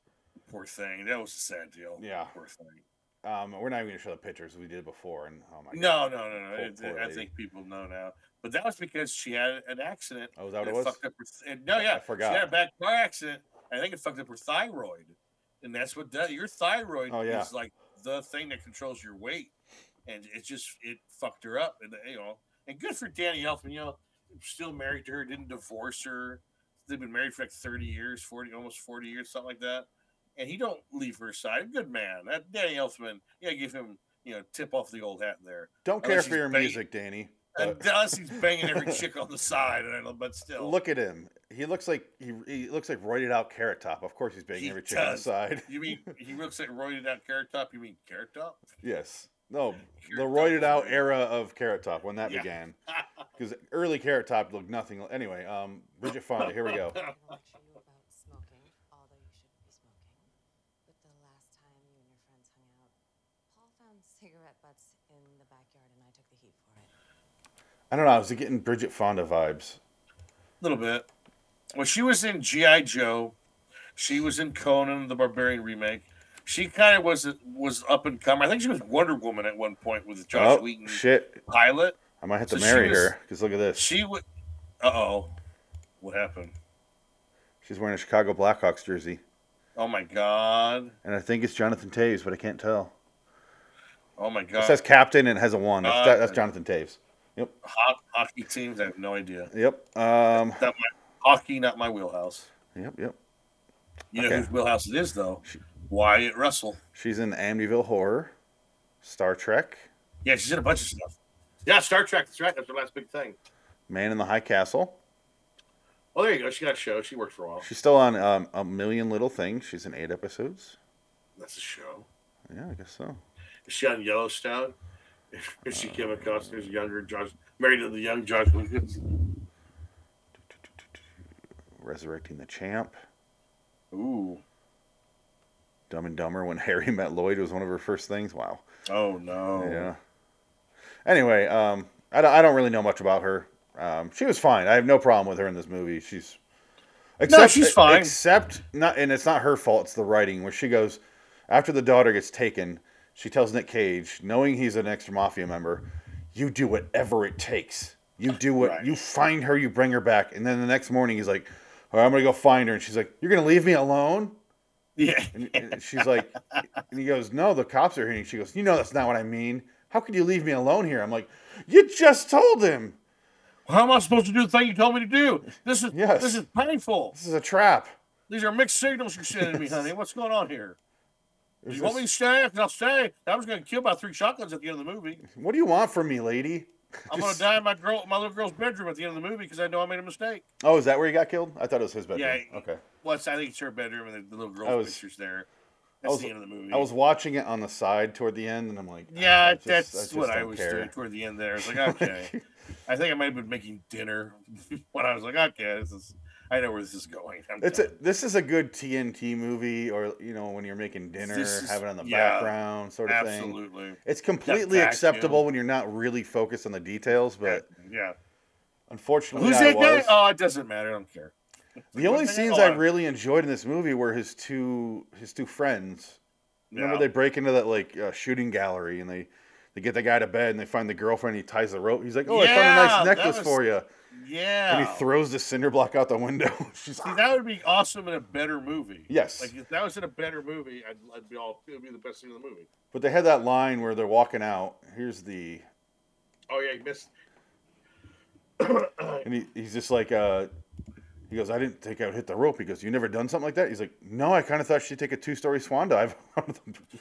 Poor thing. That was a sad deal. Yeah. Poor thing. Um, we're not even gonna show the pictures we did before. And oh my No, god. no, no, no. Poor- It- poor I lady. think people know now. But that was because she had an accident. Oh, is that what and it was? Fucked up her th- and- no, yeah. forgot. She had a bad car accident. I think it fucked up her thyroid. And that's what that, your thyroid Oh, yeah. is like the thing that controls your weight. And it just, it fucked her up. And, you know, and good for Danny Elfman, you know, still married to her, didn't divorce her. They've been married for like 30 years, 40, almost 40 years, something like that. And he don't leave her side. Good man. That Danny Elfman, yeah, give him, you know, tip off the old hat there. Don't care Unless for he's your banging- music, Danny. but- Unless he's banging every chick on the side, and I don't- but still, Look at him. He looks like he, he looks like roided out carrot top. Of course, he's banging He every chick on the does. side. You mean he looks like roided out carrot top? You mean carrot top? yes. No, the Top roided was out great. era of carrot top when that Yeah. began, because early carrot top looked nothing. li- Anyway, um, Bridget Fonda. Here we go. what you knew about smoking, although you shouldn't be smoking. But the last time you and your friends hung out, Paul found cigarette butts in the backyard and I took the heat for it. I don't know. I was getting Bridget Fonda vibes. A little bit. Well, she was in GI Joe. She was in Conan the Barbarian remake. She kind of was was up and coming. I think she was Wonder Woman at one point with the Josh oh Wheaton shit! pilot. I might have So to she marry was- her because look at this. She would. Uh oh, what happened? She's wearing a Chicago Blackhawks jersey, Oh my god! and I think it's Jonathan Taves, but I can't tell. Oh my It god! says captain and it has a one. That's, Uh, that's Jonathan Taves. Yep. Ho- hockey teams. I have no idea. Yep. Um. Not my, hockey, not my wheelhouse. Yep. Yep. You know Okay. whose wheelhouse it is, though. Wyatt Russell. She's in Amityville Horror, Star Trek, Yeah, she's in a bunch of stuff. Yeah, Star Trek. That's right. That's her last big thing. Man in the High Castle. Oh, Well, there you go. She got a show. She worked for a while. She's still on um, A Million Little Things. She's in eight episodes. That's a show. Yeah, I guess so. Is she on Yellowstone? Is she Kevin Costner's younger Josh, married to the young Josh Lucas? Resurrecting the Champ. Ooh. Dumb and Dumber when Harry met Lloyd was one of her first things. Wow. Oh no. Yeah. Anyway, um, I don't, I don't really know much about her. Um, she was fine. I have no problem with her in this movie. She's e, she's fine. Except not, and it's not her fault. It's the writing where she goes after the daughter gets taken. She tells Nick Cage, knowing he's an extra mafia member, "You do whatever it takes. You do what you find her. You bring her back." And then the next morning, he's like, "All right, I'm gonna go find her." And she's like, "You're gonna leave me alone?" Yeah. And, and she's like, and he goes, No, the cops are here. And she goes, You know, that's not what I mean. How could you leave me alone here? I'm like, You just told him. How am I supposed to do the thing you told me to do? This is Yes. this is painful. This is a trap. These are mixed signals you're sending me, honey. What's going on here? Do Is you want me to this- stay? 'Cause I'll stay. I was going to kill by three shotguns at the end of the movie. What do you want from me, lady? I'm going to die in my girl, my little girl's bedroom at the end of the movie because I know I made a mistake. Oh, is that where he got killed? I thought it was his bedroom. Yeah. Okay. Well, it's, I think it's her bedroom and the, the little I girl's was- pictures there. I That's was, the end of the movie. I was watching it on the side toward the end, and I'm like, "Ah, Yeah, I just- I that's just what I don't was care. doing toward the end there. I was like, okay. I think I might have been making dinner when I was like, okay, this is. I know where this is going. I'm It's done. a, this is a good TNT movie, or you know, when you're making dinner, This is- have it on the yeah, background, sort of thing. absolutely. It's completely That vacuum. acceptable when you're not really focused on the details, but Yeah. unfortunately, Who's I that guy? was. Oh, it doesn't matter. I don't care. The only Who's that guy? scenes Oh, I really enjoyed in this movie were his two his two friends. Remember Yeah. they break into that like uh, shooting gallery and they they get the guy to bed and they find the girlfriend. He ties the rope. He's like, "Oh, I found a Yeah, nice that necklace was- for you." Yeah. Ah. And he throws the cinder block out the window. She's See, that would be awesome in a better movie. Yes. Like if that was in a better movie, I'd, I'd be all. It'd be the best thing in the movie. But they had that line where they're walking out. Here's the Oh yeah, you missed. and he, he's just like uh he goes, I didn't think I would hit the rope. He goes, You never done something like that? He's like, No, I kind of thought she'd take a two story swan dive.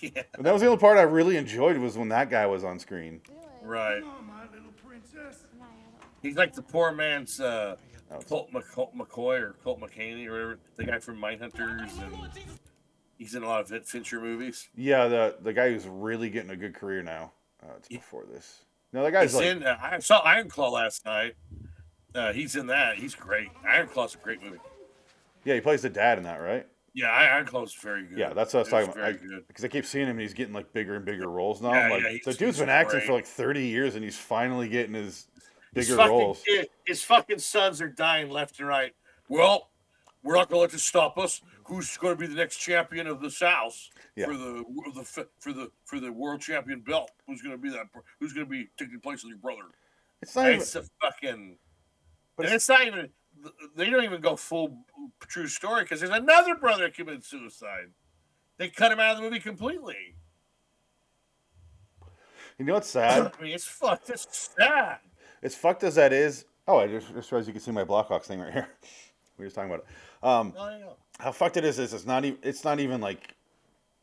yeah. And that was the only part I really enjoyed was when that guy was on screen. Right. He's like the poor man's uh, Oh. Colt, Mc- Colt McCoy or Colt McCaney or whatever, the guy from Mindhunters, and he's in a lot of Vin- Fincher movies. Yeah, the the guy who's really getting a good career now. Uh, it's before this. No, that guy's he's like in. Uh, I saw Iron Claw last night. Uh, he's in that. He's great. Iron Claw's a great movie. yeah, he plays the dad in that, right? Yeah, I- Iron Claw's very good. Yeah, that's what I was It talking about. Very good. Because I, keep seeing him and he's getting like bigger and bigger roles now. Yeah, I'm like, yeah, he's- the dude's he's been acting for great. like 30 years and he's finally getting his His bigger fucking roles. kid- his fucking sons are dying left and right. Well, we're not gonna let this stop us. Who's going to be the next champion of the South Yeah. for the of the f- for the for the world champion belt? Who's going to be that? br- Who's going to be taking place of your brother? It's not even- It's a fucking. But it's, not even. They don't even go full true story because there's another brother that committed suicide. They cut him out of the movie completely. You know what's sad? I mean, it's fucked. It's sad. As fucked as that is, oh, I just, just realized you can see my Blackhawks thing right here. we were just talking about it. Um, Oh, yeah. how fucked it is is it's not even it's not even like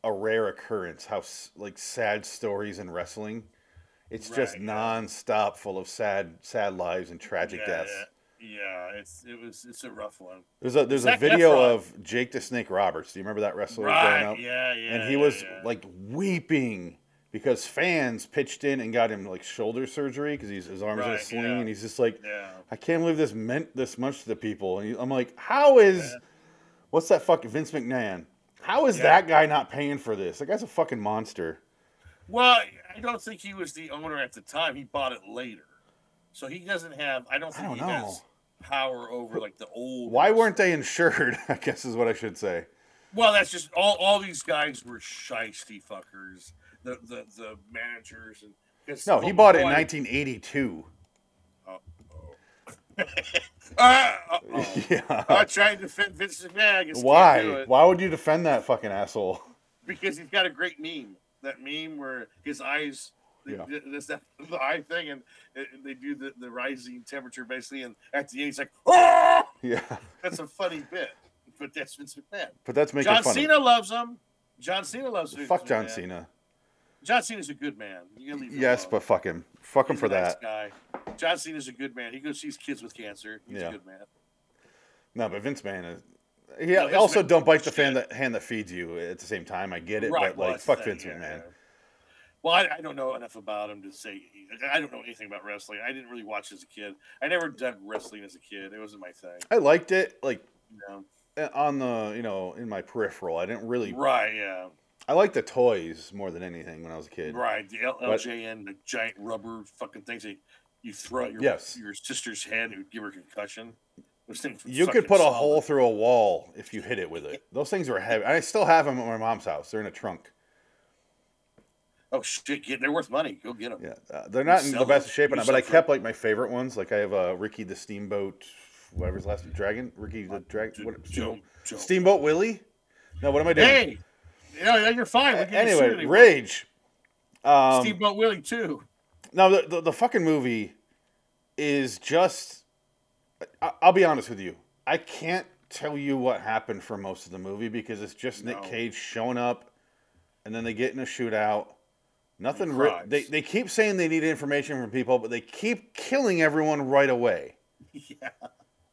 a rare occurrence. How s- like sad stories in wrestling, it's just Right, nonstop full of sad sad lives and tragic Yeah, deaths. Yeah, yeah, it's it was it's a rough one. There's a there's Zac a video Efron. of Jake the Snake Roberts. Do you remember that wrestler Right, growing up? yeah, yeah, And he yeah, was yeah. like weeping because fans pitched in and got him like shoulder surgery because his arms in a Right, sling, yeah. and he's just like, Yeah. I can't believe this meant this much to the people. And he- I'm like, how is what's that fucking Vince McMahon? How is Yeah. that guy not paying for this? That guy's a fucking monster. Well, I don't think he was the owner at the time. He bought it later, so he doesn't have. I don't think don't he has power over like the old. Why weren't they insured? I guess is what I should say. Well, that's just all. All these guys were shisty fuckers. The the the managers and 'cause No, he Colt bought it in McCoy- 1982. Ah, uh-oh. Yeah. I tried to defend Vince McMahon. I just Can't do Why? it. Why would you defend that fucking asshole? because he's got a great meme. That meme where his eyes, they, Yeah. this that, the eye thing, and and they do the, the rising temperature basically, and at the end he's like, "Oh!" Yeah. That's a funny bit, but that's Vince McMahon. But that's making John fun of- Cena loves him. John Cena loves Vince Fuck John McMahon. Cena. John Cena's a good man. You gotta leave him Yes, alone. but fuck him. Fuck him He's for a nice that. guy. John Cena's a good man. He goes sees kids with cancer. He's Yeah. a good man. No, but Vince McMahon is. No, Yeah. Vince also, McMahon's don't bite the fan that hand that feeds you. At the same time, I get it, Right, but well, like, that's the fuck thing, Vince yeah, McMahon. Well, I, I don't know enough about him to say. I don't know anything about wrestling. I didn't really watch as a kid. I never dug wrestling as a kid. It wasn't my thing. I liked it, like You know? eh, on the you know in my peripheral. I didn't really. Right? Yeah. I liked the toys more than anything when I was a kid. Right. The L- But- LJN, the giant rubber fucking things that you throw at your Yes. your sister's head and give her a concussion. Those things. were You could fucking put a solid. hole through a wall if you hit it with it. Those things were heavy. I still have them at my mom's house. They're in a trunk. Oh shit! Get, they're worth money. Go get them. Yeah, Uh, they're not in the best of shape, and I- but I kept Like, like my favorite ones. Like I have uh, Ricky the Steamboat, whatever his last name, Dragon. Ricky the Dragon. What, Steamboat, Steamboat Willie. No, what am I doing? hey, yeah, yeah, you're fine. We'll give you a anyway, suit anyway. Rage. Um, Steamboat Willie too. Now the, the the fucking movie is just. I, I'll be honest with you. I can't tell you what happened for most of the movie because it's just Nick No. Cage showing up, and then they get in a shootout. Nothing. And Re- cries. they they keep saying they need information from people, but they keep killing everyone right away. Yeah.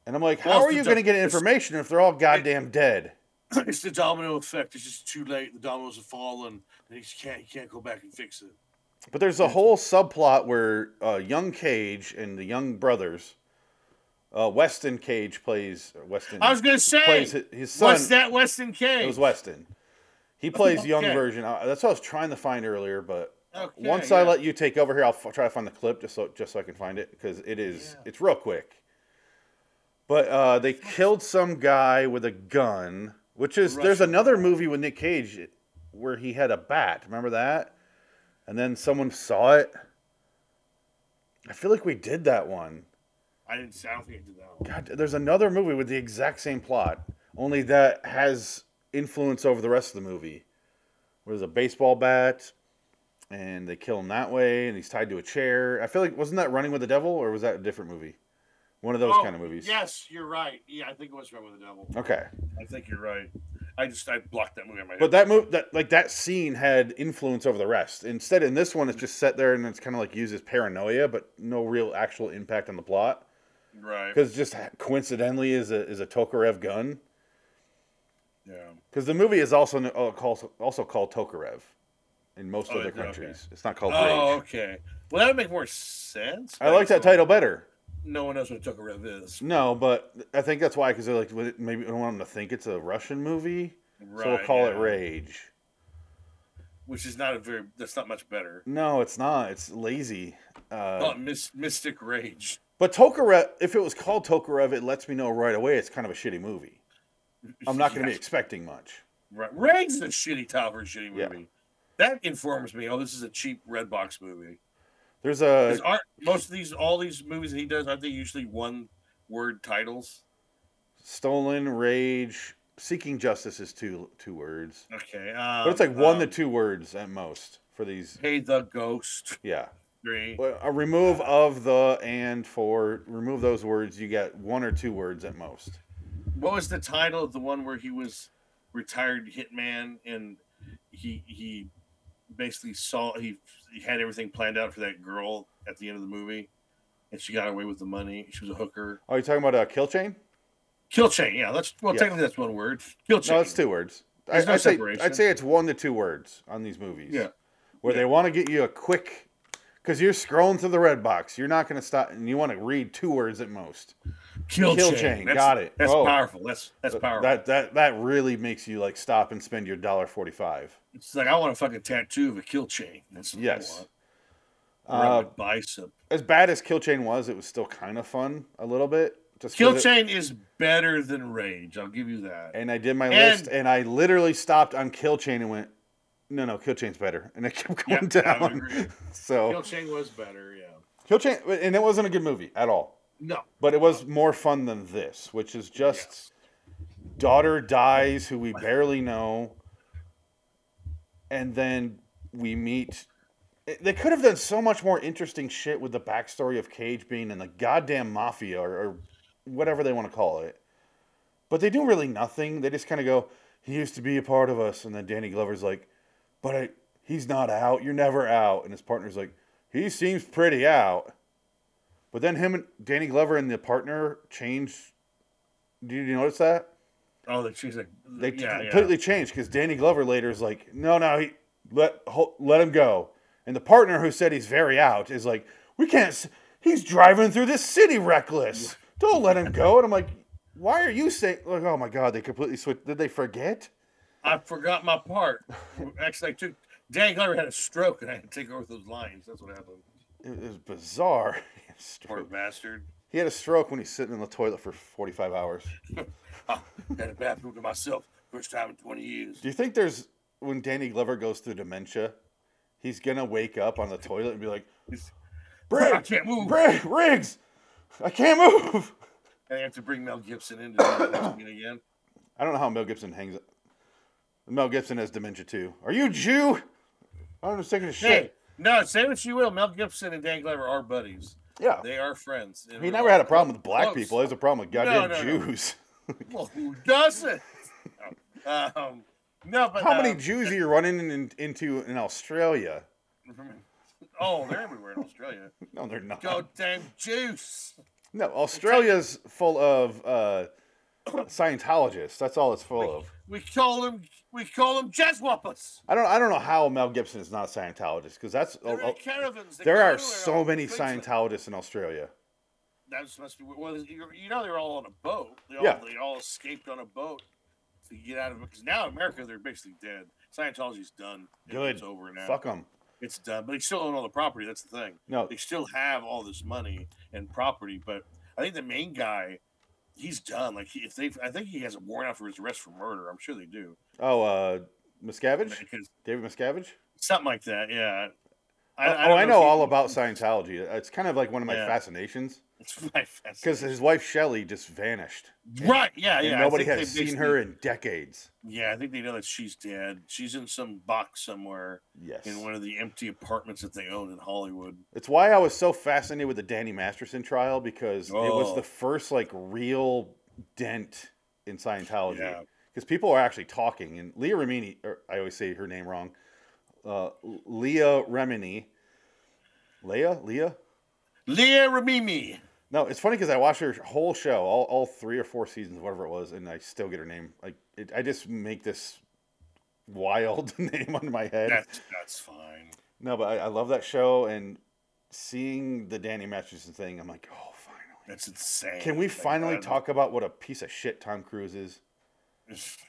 And I'm like, how Well, it's are the you do- going to get it's- information if they're all goddamn dead? it's the domino effect. It's just too late. The dominoes have fallen, and you can't you can't go back and fix it. But there's a whole subplot where uh, young Cage and the young brothers, uh, Weston Cage plays Weston. I was gonna say, plays his, his son. what's that Weston Cage? It was Weston. He plays young Okay. version. Uh, That's what I was trying to find earlier, but Okay, once I yeah. let you take over here, I'll f- try to find the clip just so just so I can find it because it is it's real quick. But uh, they killed some guy with a gun, which is there's Russian another movie with Nick Cage where he had a bat. Remember that? And then someone saw it. I feel like we did that one. I didn't. I don't think I did that. one. God, there's another movie with the exact same plot, only that has influence over the rest of the movie. Where there's a baseball bat, and they kill him that way, and he's tied to a chair. I feel like wasn't that Running with the Devil, or was that a different movie? One of those Oh, kind of movies. Yes, you're right. Yeah, I think it was Run with the Devil. Okay. I think you're right. I just I blocked that movie on my But that move, that like that scene had influence over the rest. Instead, in this one, it's just set there and it's kind of like used as paranoia, but no real actual impact on the plot. Right. Because just coincidentally is a is a Tokarev gun. Yeah. Because the movie is also uh, called, also called Tokarev in most Oh, other it- okay. countries. It's not called Oh, Rage. okay. Well, that would make more sense. I like that title better. No one knows what Tucker Rev is. No, but I think that's why because they're like "Well, maybe I don't want them to think it's a Russian movie, so we'll Right, call it yeah. Rage. which is not a very that's not much better. No, it's not. It's lazy. oh, Uh, Mys- Mystic Rage. But Tokarev, if it was called Tokarev, it lets me know right away it's kind of a shitty movie. I'm not going to be Yeah. expecting much. Right. Rage's a shitty title for a shitty Yeah. movie. That informs me. Oh, this is a cheap red box movie. There's 'Cause a aren't most of these all these movies that he does aren't they usually one word titles? stolen rage. Seeking justice is two two words, Okay. but it's um, like one um, to two words at most for these. Pay the Ghost. Yeah. Three. Well, A remove of the and for remove those words, you get one or two words at most. What was the title of the one where he was retired hitman and he he basically saw he, he had everything planned out for that girl at the end of the movie and she got away with the money. She was a hooker. Oh, you're talking about a kill chain? Kill chain, yeah. That's well, Yeah. technically that's one word. Kill chain. No, it's two words. I, There's no I'd, say, separation. I'd say it's one to two words on these movies. Yeah. Where they want to get you a quick, because you're scrolling through the red box. You're not going to stop, and you want to read two words at most. Kill, chain. That's- Got it. That's Oh, powerful. That's that's powerful. That that that really makes you like stop and spend your dollar forty five. it's like I want a fucking tattoo of a kill chain. That's what Yes. I want. Around Uh, my bicep. As bad as Kill Chain was, it was still kind of fun a little bit. Just 'cause Kill it- chain is better than rage. I'll give you that. and I did my And- list, and I literally stopped on Kill Chain and went, no, no, Kill Chain's better, and I kept going Yeah, I would down. agree. so Kill chain was better. Yeah. Kill Chain, and it wasn't a good movie at all. No. But it was more fun than this, which is just daughter dies, who we barely know, and then we meet. eh, They could have done so much more interesting shit with the backstory of Cage being in the goddamn mafia or, or whatever they want to call it. But they do really nothing. They just kind of go, he used to be a part of us. And then Danny Glover's like, but I, he's not out. You're never out. And his partner's like, he seems pretty out. But then him and Danny Glover and the partner changed. Did you notice that? Oh, the she's like They t- yeah, yeah. completely changed because Danny Glover later is like, no, no, he, let ho- let him go. And the partner who said he's very out is like, we can't. s- He's driving through this city reckless. Don't let him go. And I'm like, why are you saying like, oh my god, they completely switched. Did they forget? I forgot my part. Actually, I took Dan Glover had a stroke and I had to take over those lines. That's what happened. It was bizarre. Poor bastard. He had a stroke when he's sitting in the toilet for 45 hours. Ah, had a bathroom to myself. First time in 20 years. Do you think there's when Danny Glover goes through dementia, he's gonna wake up on the toilet and be like, Briggs, I can't move. Briggs, Riggs, I can't move. And they have to bring Mel Gibson in to do the acting again. I don't know how Mel Gibson hangs. Mel Gibson has dementia too. Are you a Jew? I'm just taking a shit. Hey, no, say what you will. Mel Gibson and Dan Glover are buddies. Yeah. They are friends. in he real never had a life. problem with black Close. people. He has a problem with No, goddamn no, no. Jews. Well, who doesn't? No. um, no, but. How many um, Jews are you running in, into in Australia? Oh, they're everywhere in Australia. No, they're not. Goddamn juice. No, Australia's full of uh, Scientologists. That's all it's full of. We call them we call them jazz whoppers. I don't. I don't know how Mel Gibson is not a Scientologist because that's They're oh, in oh, caravans. They there go are everywhere so on many Queensland. Scientologists in Australia. That was supposed to be well. You you know, they're all on a boat. They all Yeah. they all escaped on a boat to get out of it. Because now in America, they're basically dead. Scientology's done. It- Good. It's over now. Fuck them. It's done. But they still own all the property. That's the thing. No. They still have all this money and property. But I think the main guy, he's done. Like he, if they, I think he has a warrant out for his arrest for murder. I'm sure they do. Oh, uh, Miscavige, Because- David Miscavige. Something like that. Yeah. oh, don't I if know he- all about Scientology. It's kind of like one of my Yeah. fascinations. Because his wife Shelley just vanished. Right, yeah, And yeah, I nobody think has they seen her in basically- decades. Yeah, I think they know that she's dead. She's in some box somewhere. Yes. In one of the empty apartments that they own in Hollywood. It's why I was so fascinated with the Danny Masterson trial because it was Oh. the first like real dent in Scientology. Yeah. Because people are actually talking, and Leah Remini, or I always say her name wrong, uh, Leah Remini, Leah, Leah, Leah Remini. No, it's funny because I watched her whole show, all, all three or four seasons, whatever it was, and I still get her name. Like it, I just make this wild name on my head. That's that's fine. No, but I, I love that show and seeing the Danny Masterson thing, I'm like, oh, finally. That's insane. Can we Like, finally I- talk about what a piece of shit Tom Cruise is?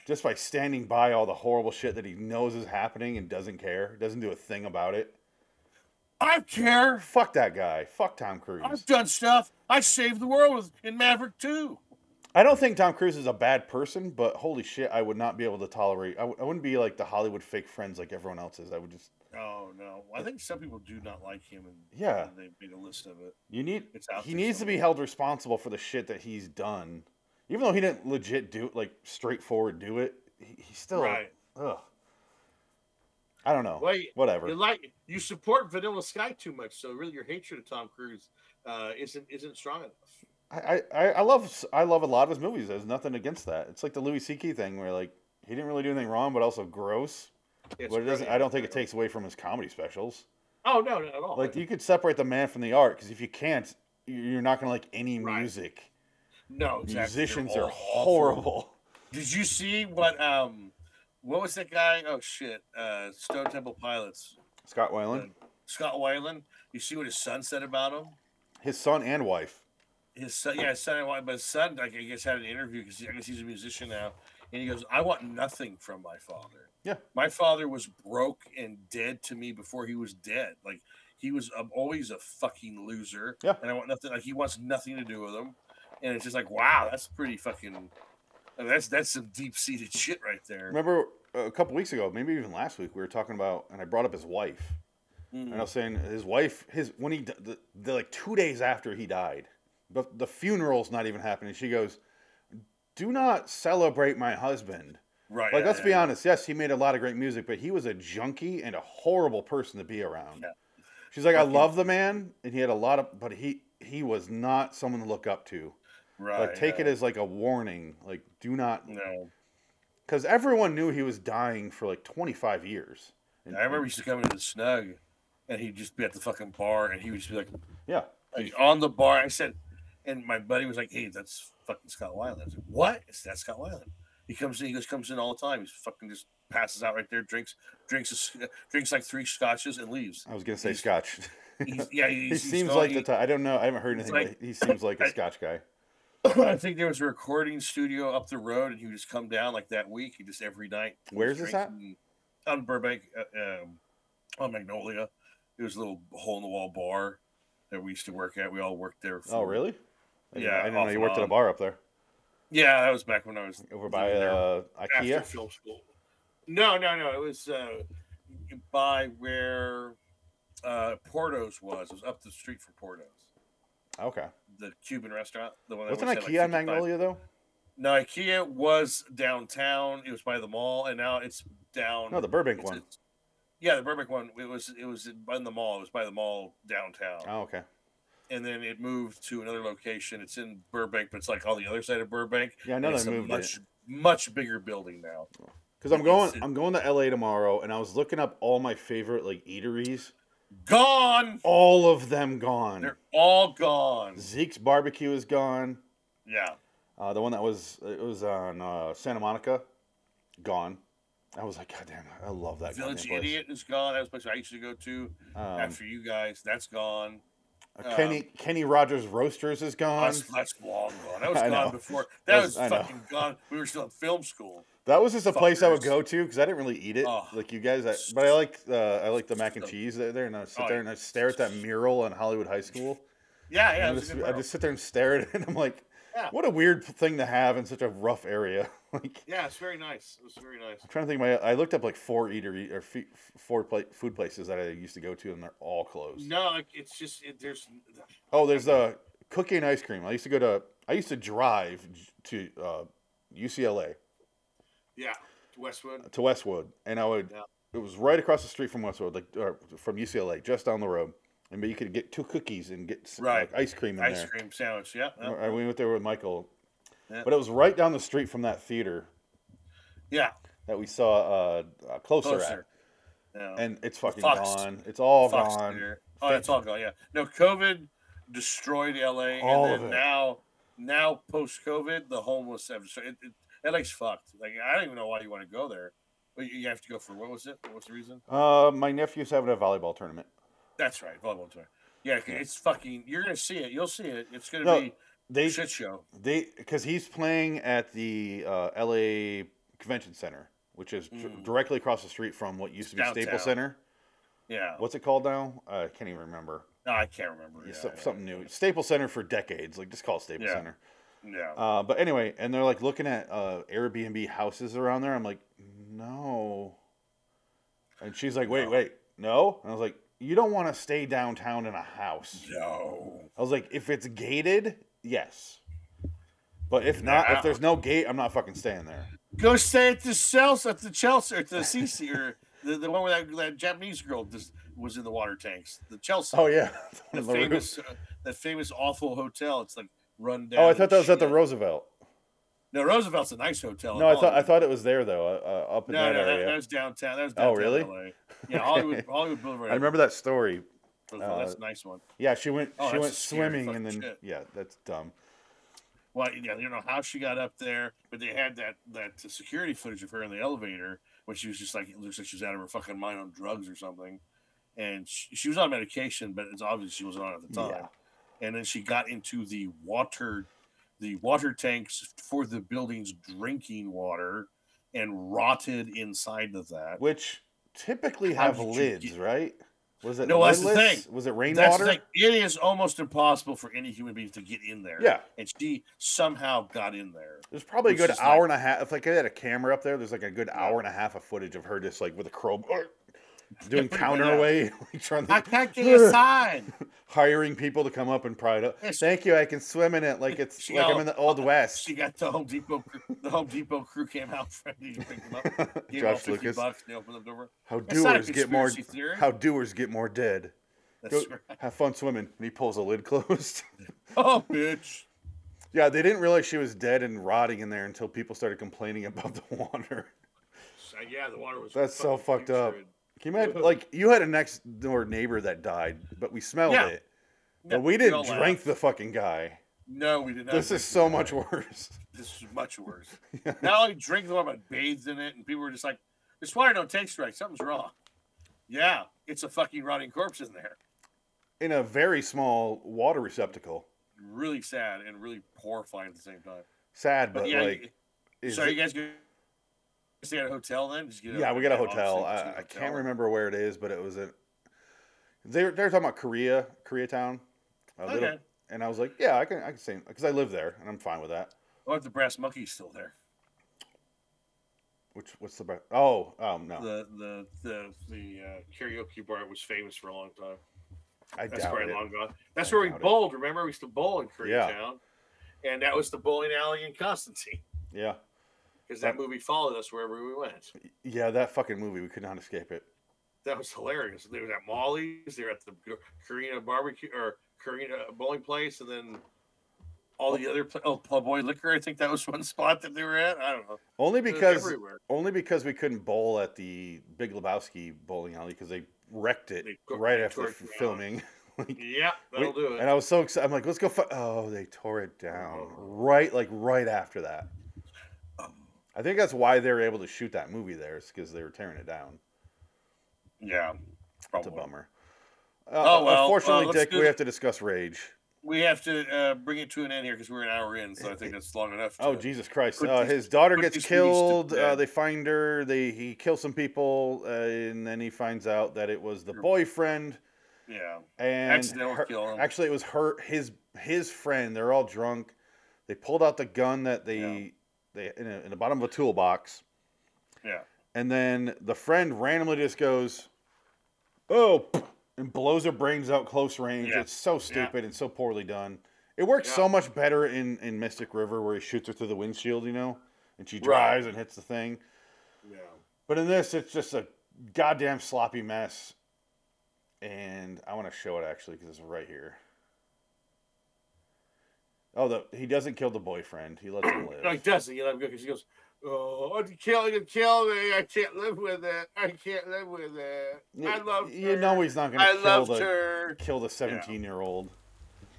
Just by standing by all the horrible shit that he knows is happening and doesn't care, doesn't do a thing about it. I care. Fuck that guy. Fuck Tom Cruise. I've done stuff. I saved the world with, in Maverick 2. I don't think Tom Cruise is a bad person, but holy shit, I would not be able to tolerate. I w- I wouldn't be like the Hollywood fake friends like everyone else is. I would just. Oh no! I think some people do not like him, and Yeah. and they made a list of it. You need. It's out He there needs to be held responsible for the shit that he's done, even though he didn't legit do it, like straightforward do it. He, he still. Right. Ugh. I don't know. Well, you- Whatever. You like you support Vanilla Sky too much, so really your hatred of Tom Cruise uh, isn't isn't strong enough. I, I I love I love a lot of his movies. There's nothing against that. It's like the Louis C.K. thing where like he didn't really do anything wrong, but also gross. It's but it doesn't. brilliant. I don't think it takes away from his comedy specials. Oh no, not at all. Like you could separate the man from the art because if you can't, you're not gonna like any music. No, exactly. They're musicians all are awful. horrible. Did you see what um what was that guy? Oh shit, uh Stone Temple Pilots. Scott Weiland, Scott Weiland. You see what his son said about him? his son and wife. His son, yeah, his son, but his son, like, I guess, had an interview because I guess he's a musician now, and he goes, "I want nothing from my father. Yeah. my father was broke and dead to me before he was dead. Like he was um, always a fucking loser. Yeah, and I want nothing. Like he wants nothing to do with him, and it's just like, wow, that's pretty fucking. I mean, that's that's some deep seated shit right there. Remember uh, a couple weeks ago, maybe even last week, we were talking about, and I brought up his wife, Mm. and I was saying his wife, his when he d- the, the like two days after he died, the the funeral's not even happening. She goes, "Do not celebrate my husband." Right, Like, yeah, let's yeah, be yeah. honest. Yes, he made a lot of great music, but he was a junkie and a horrible person to be around. She's like, I love the man, and he had a lot of, but he he was not someone to look up to. Right, Like, take it Oh, yeah. as like a warning. Like, do not. No. Because everyone knew he was dying for like 25 years. I remember he used to come into the snug, and he'd just be at the fucking bar, and he would just be like, Yeah. like, on the bar. I said, and my buddy was like, "Hey, that's fucking Scott Weiland." I was like, "What? It's that Scott Weiland." He comes in. He just comes in all the time. He's fucking just passes out right there. Drinks, drinks, a sc- drinks like three scotches and leaves. I was gonna say Scotch. he's- yeah, he he's- he's seems tall, like the he- type. I don't know. I haven't heard he's anything. like- but he seems like a Scotch guy. I think there was a recording studio up the road, and he would just come down like that week. He just every night. Where's this at? drinking Out in Burbank, uh, um, on Magnolia. It was a little hole in the wall bar that we used to work at. We all worked there. Oh, really? I didn't- Yeah, I didn't know off you and worked at a on. bar up there. Yeah, that was back when I was Over by, living there uh, after IKEA? film school. No, no, no. It was uh, by where uh, Portos was. It was up the street from Portos, Okay. the Cuban restaurant. The one that What's an once IKEA had, like, 55 on Magnolia though? No, IKEA was downtown. It was by the mall, and now it's down. No, the Burbank it's a- one. yeah, the Burbank one. It was it was in, in the mall. It was by the mall downtown. Oh, okay. and then it moved to another location. It's in Burbank, but it's like on the other side of Burbank. Yeah, I know and they it's a moved it. much, much bigger building now. Because I'm going, I'm going to LA tomorrow, and I was looking up all my favorite like eateries. Gone. All of them gone. They're all gone. Zeke's barbecue is gone. Yeah. Uh, the one that was it was on uh, Santa Monica, gone. I was like, God damn, I love that goddamn Village place. Idiot is gone. That was a place I used to go to Um, after you guys. That's gone. Uh, Kenny Kenny Rogers Roasters is Um, gone. that's, that's long gone. That was I gone know. before. That That's- was I know. fucking gone. We were still in film school. That was just a place I would Fuckers. go to because I didn't really eat it like you guys. I, but I like uh, I like the mac and cheese there, there, and I sit Oh, there yeah. and I stare at that mural on Hollywood High School. Yeah, yeah, And it I was a just, good I mural. just sit there and stare at it, and I'm like, Yeah. what a weird thing to have in such a rough area. like, Yeah, it's very nice. It was very nice. I'm trying to think. Of my I looked up like four eatery or fe- four pla- food places that I used to go to, and they're all closed. No, like, it's just it, there's. Oh, there's the cookie and ice cream. I used to go to. I used to drive to uh, UCLA Yeah, Westwood. to Westwood, and I would. Yeah. It was right across the street from Westwood, like uh, from UCLA, just down the road. And but you could get two cookies and get s- Right. like, ice cream in Ice there. cream sandwich. Yeah. yeah. I we went there with Michael, Yeah. but it was right down the street from that theater yeah. that we saw uh, uh, closer, Closer. Yeah. at, and it's fucking Fox- gone. It's all Fox gone. Theater. Oh, it's all gone. Yeah. No, COVID destroyed LA, All and of then it. now, now post COVID, the homeless have so it, it, LA's fucked. Like I don't even know why you want to go there. But you you have to go for what was it? What was the reason? Uh, my nephew's having a volleyball tournament. That's right, volleyball tournament. Yeah, it's fucking. You're gonna see it. You'll see it. It's gonna No, be they- a shit show. They because he's playing at the uh, L.A. Convention Center, which is dr- directly across the street from what used to be Mm. Downtown. Staples Center. Yeah. What's it called now? Uh, I can't even remember. No, I can't remember. Yeah, Oh, Yeah, so- yeah. something new. Staples Center for decades. Like just call it Staples Yeah. Center. Yeah. Uh, but anyway, and they're like looking at uh, Airbnb houses around there. I'm like, no. And she's like, wait, wait, no. And I was like, you don't want to stay downtown in a house. No. I was like, if it's gated, yes. But if not, Yeah. if there's no gate, I'm not fucking staying there. Go stay at the Chelsea, at the Chelsea, or at the Cece, or the, the one where that, that Japanese girl just was in the water tanks. The Chelsea. Oh yeah. the On the roof. famous, uh, the famous awful hotel. It's like run down. oh, I thought that was at the shit. Roosevelt. No, Roosevelt's a nice hotel. No, I in thought I Hollywood. thought it was there though, uh, uh, up in No, that no, that, area. that was downtown. That was Oh, downtown really? LA. Yeah, Okay. Hollywood, Hollywood Boulevard. I remember that story. Oh, Uh, that's a nice one. Yeah, she went. Oh, she that's went scary swimming fucking and then shit. yeah, that's dumb. Well, yeah, you know how she got up there, but they had that that security footage of her in the elevator when she was just like it looks like she was out of her fucking mind on drugs or something, and she, she was on medication, but it's obvious she wasn't on at the time. Yeah. And then she got into the water, the water tanks for the building's drinking water, and rotted inside of that. Which typically How have did you lids, get- right? Was it No, that's the lidless? thing. Was it That's rainwater? the thing. It is almost impossible for any human being to get in there. Yeah. and she somehow got in there. There's probably a Which good is hour like- and a half. If like I had a camera up there, there's like a good hour and a half of footage of her just like with a crowbar pretty doing much, yeah. counterweight, like trying to I can't get inside. hiring people to come up and pry it up. Yes. Thank you, I can swim in it like it's She like I'm all- in the old west. She got the Home Depot. cr- The Home Depot crew came out Friday to pick them up. Gave them all Josh 50 Lucas. Bucks, they opened the door. How That's not a doers get more conspiracy theory. how doers get more dead. That's Go- right. Have fun swimming. And he pulls the lid closed. Oh, bitch. yeah, they didn't realize she was dead and rotting in there until people started complaining about the water. So, yeah, the water was. That's so fucking fucked up. putrid. Can you imagine? Like you had a next door neighbor that died, but we smelled Yeah. it. No, But we all didn't laugh. drink the fucking guy. No, we did not. This drink is so the much water. worse. This is much worse. Not only drank the water, but bathed in it, and people were just like, "This water don't taste right. Something's wrong." Yeah, it's a fucking rotting corpse in there. In a very small water receptacle. Really sad and really horrifying at the same time. Sad, but, But yeah, like, is so it- you guys gonna stay at a hotel then? Just get yeah, we got a yeah, obviously, hotel. just get I, a I can't hotel. remember where it is, but it was in. They're they're talking about Korea, Koreatown, a little, Okay. and I was like, yeah, I can I can say because I live there and I'm fine with that. Or if the brass monkey's still there. Which what's the best? Oh, um, no, The the the the uh, karaoke bar was famous for a long time. I That's doubt very it. long gone. That's I where we doubt it. bowled. Remember, we used to bowl in Yeah. Koreatown, and that was the bowling alley in Constantine Yeah, because that That- movie followed us wherever we went. yeah, that fucking movie, we could not escape it. That was hilarious. They were at Molly's. They were at the Karina barbecue or Karina bowling place, and then all the other pla- oh Club Boy Liquor. I think that was one spot that they were at. I don't know. Only They're because everywhere. only because we couldn't bowl at the Big Lebowski bowling alley because they wrecked it They tore- right they after tore f- it down. filming. like, Yeah, that'll we- do it. And I was so excited. I'm like, let's go. Fi-. Oh, they tore it down Mm-hmm. right like right after that. Um. I think that's why they were able to shoot that movie there is because they were tearing it down. yeah, It's a probably. bummer. Uh, Oh, well, Unfortunately, uh, let's Dick, do we the- have to discuss Rage. We have to uh, bring it to an end here because we're an hour in, so I think that's long enough. To, Oh Jesus Christ! Put Uh, these- his daughter put gets these things to killed. Uh, bed. they find her. They he kills some people, uh, and then he finds out that it was the boyfriend. Yeah, and Accidental her- kill him. actually it was her his his friend they're all drunk they pulled out the gun that they they in, a, in the bottom of a toolbox yeah. and then the friend randomly just goes oh and blows her brains out close range Yeah. it's so stupid and so poorly done It works so much better in, in Mystic River where he shoots her through the windshield, you know, and she drives and hits the thing. Yeah. But in this, it's just a goddamn sloppy mess. And I want to show it actually because it's right here. Oh, the, he doesn't kill the boyfriend. He lets him live. No, he doesn't. You let him go because she goes, "Oh, I'm killing him, kill me! I can't live with it. I can't live with it. I Yeah, love you her. know he's not gonna I kill loved the her. kill the seventeen year old.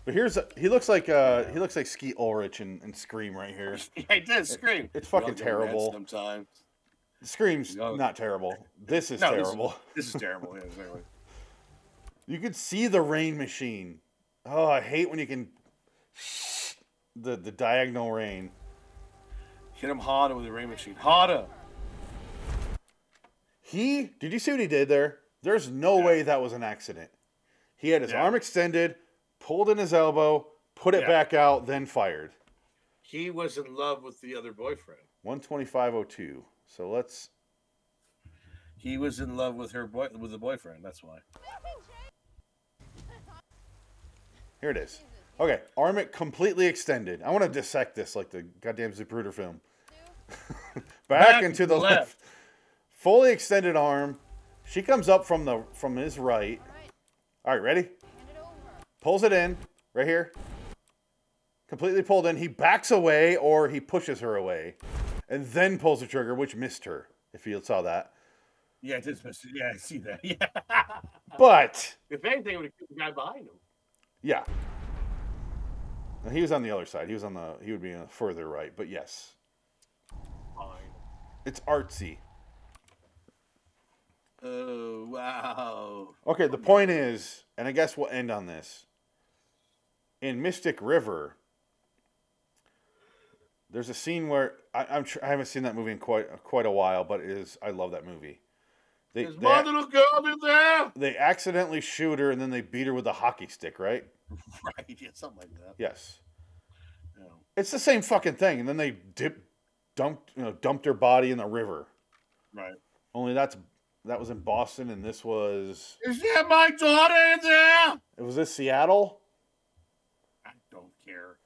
But here's a, he looks like uh he looks like Skeet Ulrich and, and Scream right here. I did scream. It's fucking We all get mad terrible. Sometimes. Scream's No. not terrible. This is No, this is- terrible. This is terrible. Yeah, exactly. You could see the rain machine. Oh, I hate when you can the the diagonal rain. Hit him harder with the rain machine. Harder. He did you see what he did there? There's no way that was an accident. He had his Yeah. arm extended, pulled in his elbow, put it Yeah. back out, then fired. He was in love with the other boyfriend. One twenty five oh two. So let's He was in love with her boy with the boyfriend. That's why. Here it is. Okay, arm it completely extended. I want to dissect this like the goddamn Zapruder film. Back, Back and to the left. left. Fully extended arm. She comes up from the from his right. All right, ready? Pulls it in right here. Completely pulled in. He backs away or he pushes her away, and then pulls the trigger, which missed her. If you saw that, Yeah, it is. Mr. Yeah, I see that. Yeah. but If anything, it would have killed the guy behind him. yeah. Now, He was on the other side. He was on the. He would be on the further right. But yes, Fine. it's artsy. Oh wow. Okay, the point is, and I guess we'll end on this. In Mystic River, there's a scene where I, I'm tr- I haven't seen that movie in quite quite a while, but it is I love that movie. They Is they, my little girl in there? they accidentally shoot her and then they beat her with a hockey stick, right? Right. Yeah, something like that. Yes, Yeah. it's the same fucking thing. And then they dip dumped you know dumped her body in the river. Right. Only that's that was in Boston, and this was Is that my daughter in there? it was this Seattle I don't care.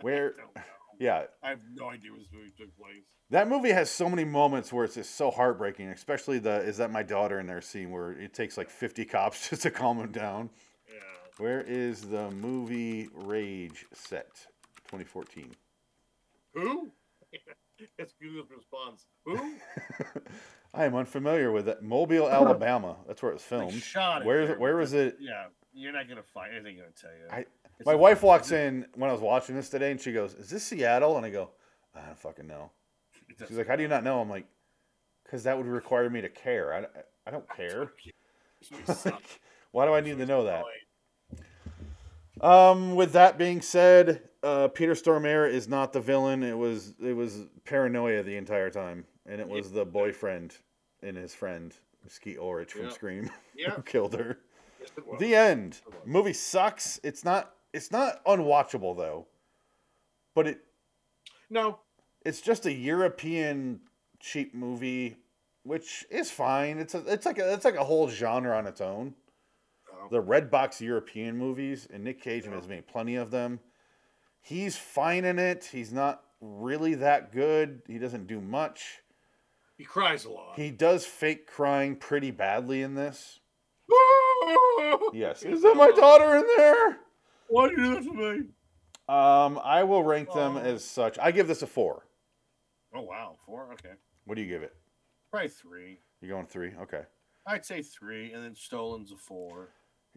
where I, don't know. yeah I have no idea where this movie took place. That movie has so many moments where it's just so heartbreaking, especially the "Is that my daughter?" in there scene where it takes like fifty cops just to calm him down. Yeah. Where is the movie Rage set? 2014. Who? That's Google's response. Who? I am unfamiliar with that. Mobile, Alabama. That's where it was They filmed. shot it. Where's there, where but was the- it? Yeah, you're not gonna find anything. Gonna tell you. I- It's My a- wife walks in when I was watching this today, and she goes, "Is this Seattle?" And I go, "I don't fucking know." it doesn't- She's like, "How do you not know?" I'm like, "Cause that would require me to care. I, I don't care. this movie sucked. Why do I need to know that?" Oh, wait. Um, with that being said, uh, Peter Stormare is not the villain. It was it was paranoia the entire time, and it was the boyfriend and his friend Skeet Ulrich from Yeah. Scream Yeah. who killed her. Yes, it was. The end. Movie sucks. It's not it's not unwatchable though, but it no, it's just a European cheap movie, which is fine. It's a, it's like a, it's like a whole genre on its own. Oh. The red box European movies, and Nick Cage has made plenty of them. He's fine in it. He's not really that good. He doesn't do much. he cries a lot. He does fake crying pretty badly in this. Yes. He's Is that my not- daughter in there? Why do you do that to me? Um, I will rank them Oh. as such. I give this a four. Oh wow, four. Okay, What do you give it? probably three. You going three? Okay. I'd say three, and then Stolen's a four,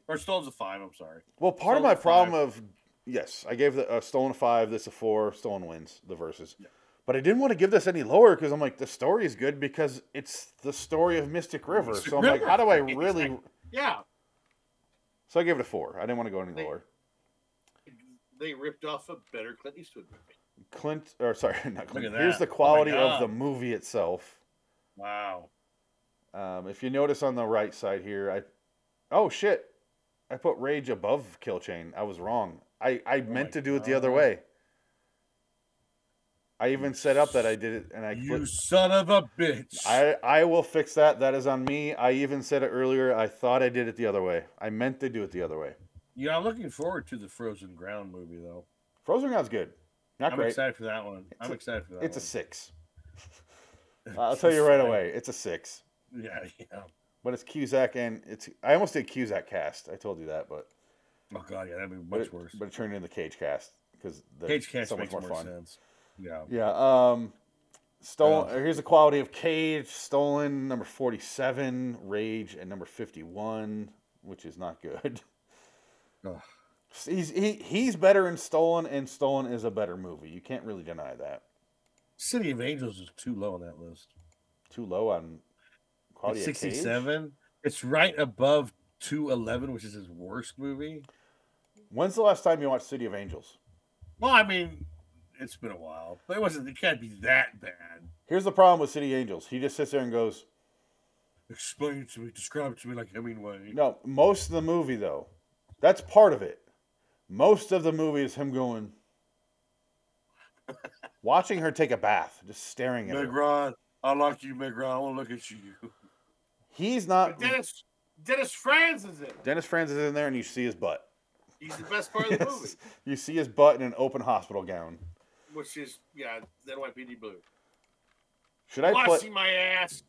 or Stolen's a five. I'm sorry. Well, part of Stolen my five. problem of yes, I gave the uh, stolen a five, this a four, stolen wins the verses, but I didn't want to give this any lower because I'm like the story is good because it's the story of Mystic River. Mystic so I'm like, River, how do I right, really? exactly. Yeah, So I gave it a four. I didn't want to go any They- lower. they ripped off a better Clint Eastwood movie. Clint, or sorry, not Clint. at Here's that. Oh the my quality of God. the movie itself. Wow. Um, if you notice on the right side here, I oh shit, I put Rage above Kill Chain. I was wrong. I, I meant my to do it the other God. way. I even set up that I did it, and I you flipped- son of a bitch. I I will fix that. That is on me. I even said it earlier. I thought I did it the other way. I meant to do it the other way. Yeah, I'm looking forward to the Frozen Ground movie though. Frozen Ground's good. Not I'm great. excited for that one. It's I'm a- excited for that. It's a one. six. I'll tell you right away. It's a six. Yeah, yeah. But it's Cusack and it's I almost did Cusack cast. I told you that, but Oh god, yeah, that'd be but much it, worse. But it turned into Cage Cast because Cage Cast makes more, sense. Yeah. Yeah. Um, stolen. Yeah. Here's the quality of Cage. Stolen number forty-seven, Rage, and number fifty-one, which is not good. Ugh. He's he, he's better in Stolen, and Stolen is a better movie. You can't really deny that. City of Angels is too low on that list. Too low on quality. It's of Oh, Cage? 67. It's right above 211, which is his worst movie. When's the last time you watched City of Angels? Well, I mean, it's been a while, but it wasn't. It can't be that bad. Here's the problem with City of Angels. He just sits there and goes, Explain it to me. Describe it to me like Hemingway. No, most of the movie though, that's part of it. Most of the movie is him going, watching her take a bath, just staring at Meg her. Ryan, I like you, Meg Ryan. I want to look at you. He's not. Dennis Dennis Franz is it? Dennis Franz is in there, and you see his butt. He's the best part of the Yes. movie, You see his butt in an open hospital gown. which is yeah, the NYPD Blue. Should I play? Washing my ass.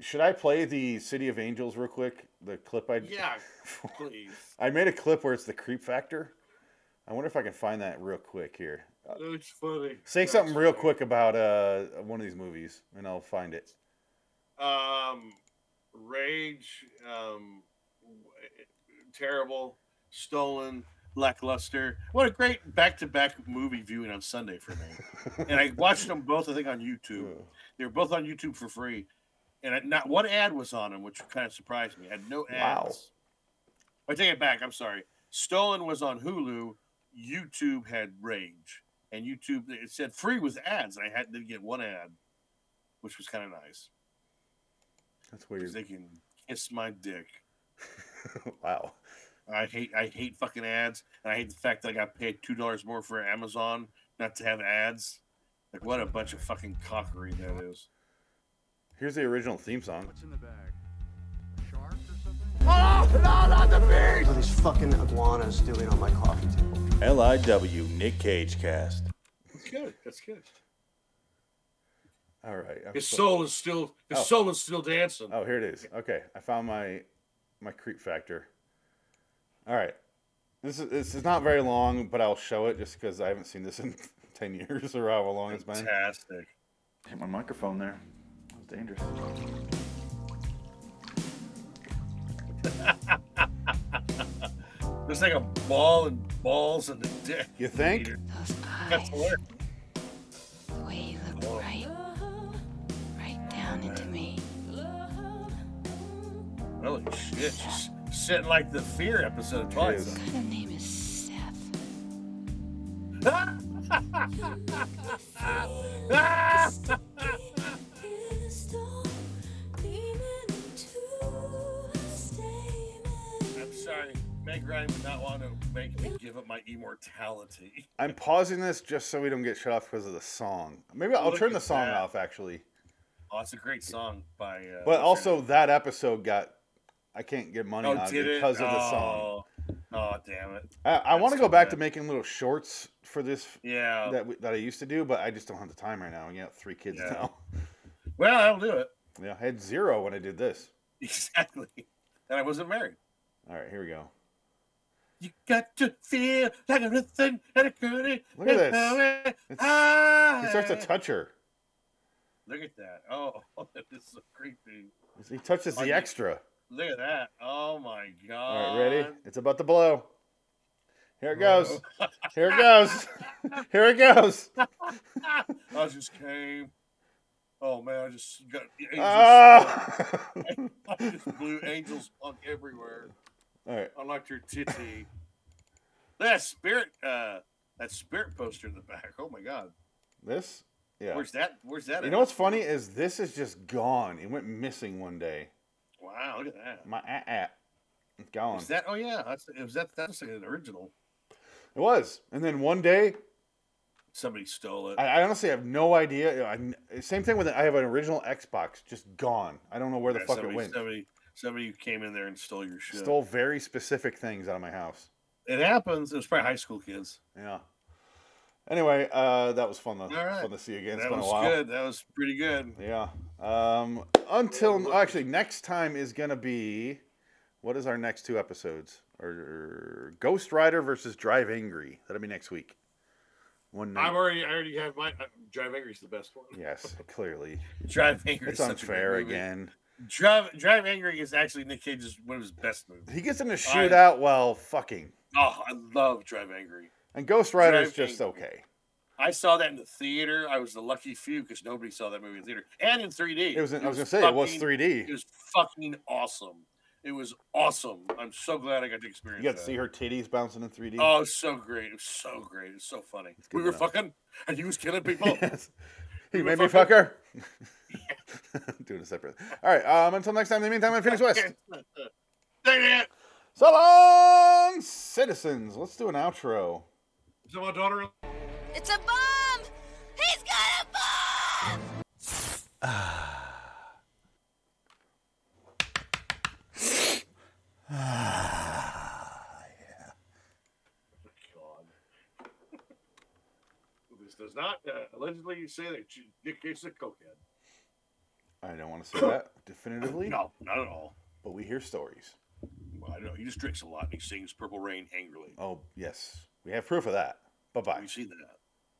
Should I play the City of Angels real quick? The clip I Yeah, please. I made a clip where it's the creep factor. I wonder if I can find that real quick here. That's funny. Say That's something real funny. quick about uh one of these movies, and I'll find it. Um, rage. Um, terrible. Stolen. Lackluster. What a great back-to-back movie viewing on Sunday for me. and I watched them both. I think on YouTube. They were both on YouTube for free, and I, not one ad was on them, which kind of surprised me. I had no ads. Wow. I take it back. I'm sorry. Stolen was on Hulu. YouTube had Rage, and YouTube it said free with ads, and I had to get one ad, which was kind of nice That's because weird. they can kiss my dick. wow. I hate I hate fucking ads, and I hate the fact that I got paid two dollars more for Amazon not to have ads. Like what a bunch of fucking cockery that is. Here's the original theme song. in the bag? Shark or something? What are these fucking iguanas doing on my coffee table? L I W Nick Cage cast. That's good. That's good. All right. I'm His so- soul is still his Oh. soul is still dancing. Oh, here it is. Okay, I found my my creep factor. All right. This is this is not very long, but I'll show it just because I haven't seen this in ten years or however long it's been. Fantastic. Hit my microphone there. That was dangerous. There's like a ball and balls and a dick. You think? Those That's eyes, hilarious. the way you look right, right down into me. Holy shit! She's sitting like the Fear episode of Twilight Yes. Zone. Her name is Seth. I'm sorry, Meg Ryan would not want to make me give up my immortality. I'm pausing this just so we don't get shut off because of the song. Maybe I'll Look turn the at song that. off actually. Oh, it's a great song by. Uh, But what's her also name? that episode got I can't get money oh, on did it it? because of the song. oh. Oh, damn it! I, I want to That's go too back bad. to making little shorts for this Yeah. that we, that I used to do, but I just don't have the time right now. I got three kids Oh. Yeah. now. Well, I'll do it Yeah, I had zero when I did this. exactly, and I wasn't married. All right, here we go. You got to feel like a nothing and a goodie. Look at this. It's- He starts to touch her. Look at that. Oh, that is so creepy. He touches the extra. Look at that. Oh my god. All right, ready? It's about to blow. Here it goes. Here it goes. Here it goes. I just came. Oh man, I just got angels. Ah! I just blew angels on everywhere. All right. I liked your titty. that spirit, uh, that spirit poster in the back. Oh my god. This? Yeah. Where's that? Where's that? You at? know what's funny is this is just gone. It went missing one day. Wow, look at that. My at at. It's gone. Is that? Oh yeah, that's it was that. That's an original. It was. And then one day, Somebody stole it. I, I honestly have no idea. I, same thing with I have an original Xbox just gone. I don't know where the Yeah, fuck somebody, it went. Somebody, somebody came in there and stole your shit. Stole very specific things out of my house. It happens. It was probably high school kids. Yeah. Anyway, uh, that was fun to right. fun to see again. It's that been was a while. good. That was pretty good. Yeah. Um, until actually, next time is gonna be what is our next two episodes? Or, or Ghost Rider versus Drive Angry. That'll be next week. One night. I've already, I already have my uh, Drive Angry is the best one. yes, clearly. Drive Angry. It's is such a good unfair movie. again. Drive Drive Angry is actually Nick Cage's one of his best movies. He gets in a I- shootout while fucking, Oh, I love Drive Angry. and Ghost Rider is Drive just Angry. okay. I saw that in the theater. I was the lucky few because nobody saw that movie in theater and in 3D. It was in- I was gonna say, it was 3D. It was fucking awesome. It was awesome. I'm so glad I got to experience. You got to that. see her titties bouncing in 3D. Oh, it was so great! It was so great! It was so funny. good We were to know. fucking, and he was killing people. Yes. We He were made me fuck fucking- her. Doing it separate. All right. Um, until next time, in the meantime, I'm Phoenix West. Dang it! So long, citizens. Let's do an outro. Is that my daughter? Oh, It's a bomb! He's got a bomb! This does not uh, allegedly say that you- Nick Cage is a cokehead. I don't want to say that definitively, No, not at all. but we hear stories. Well, I don't know. He just drinks a lot and he sings "Purple Rain" angrily. Oh yes, we have proof of that. Bye bye. We see that.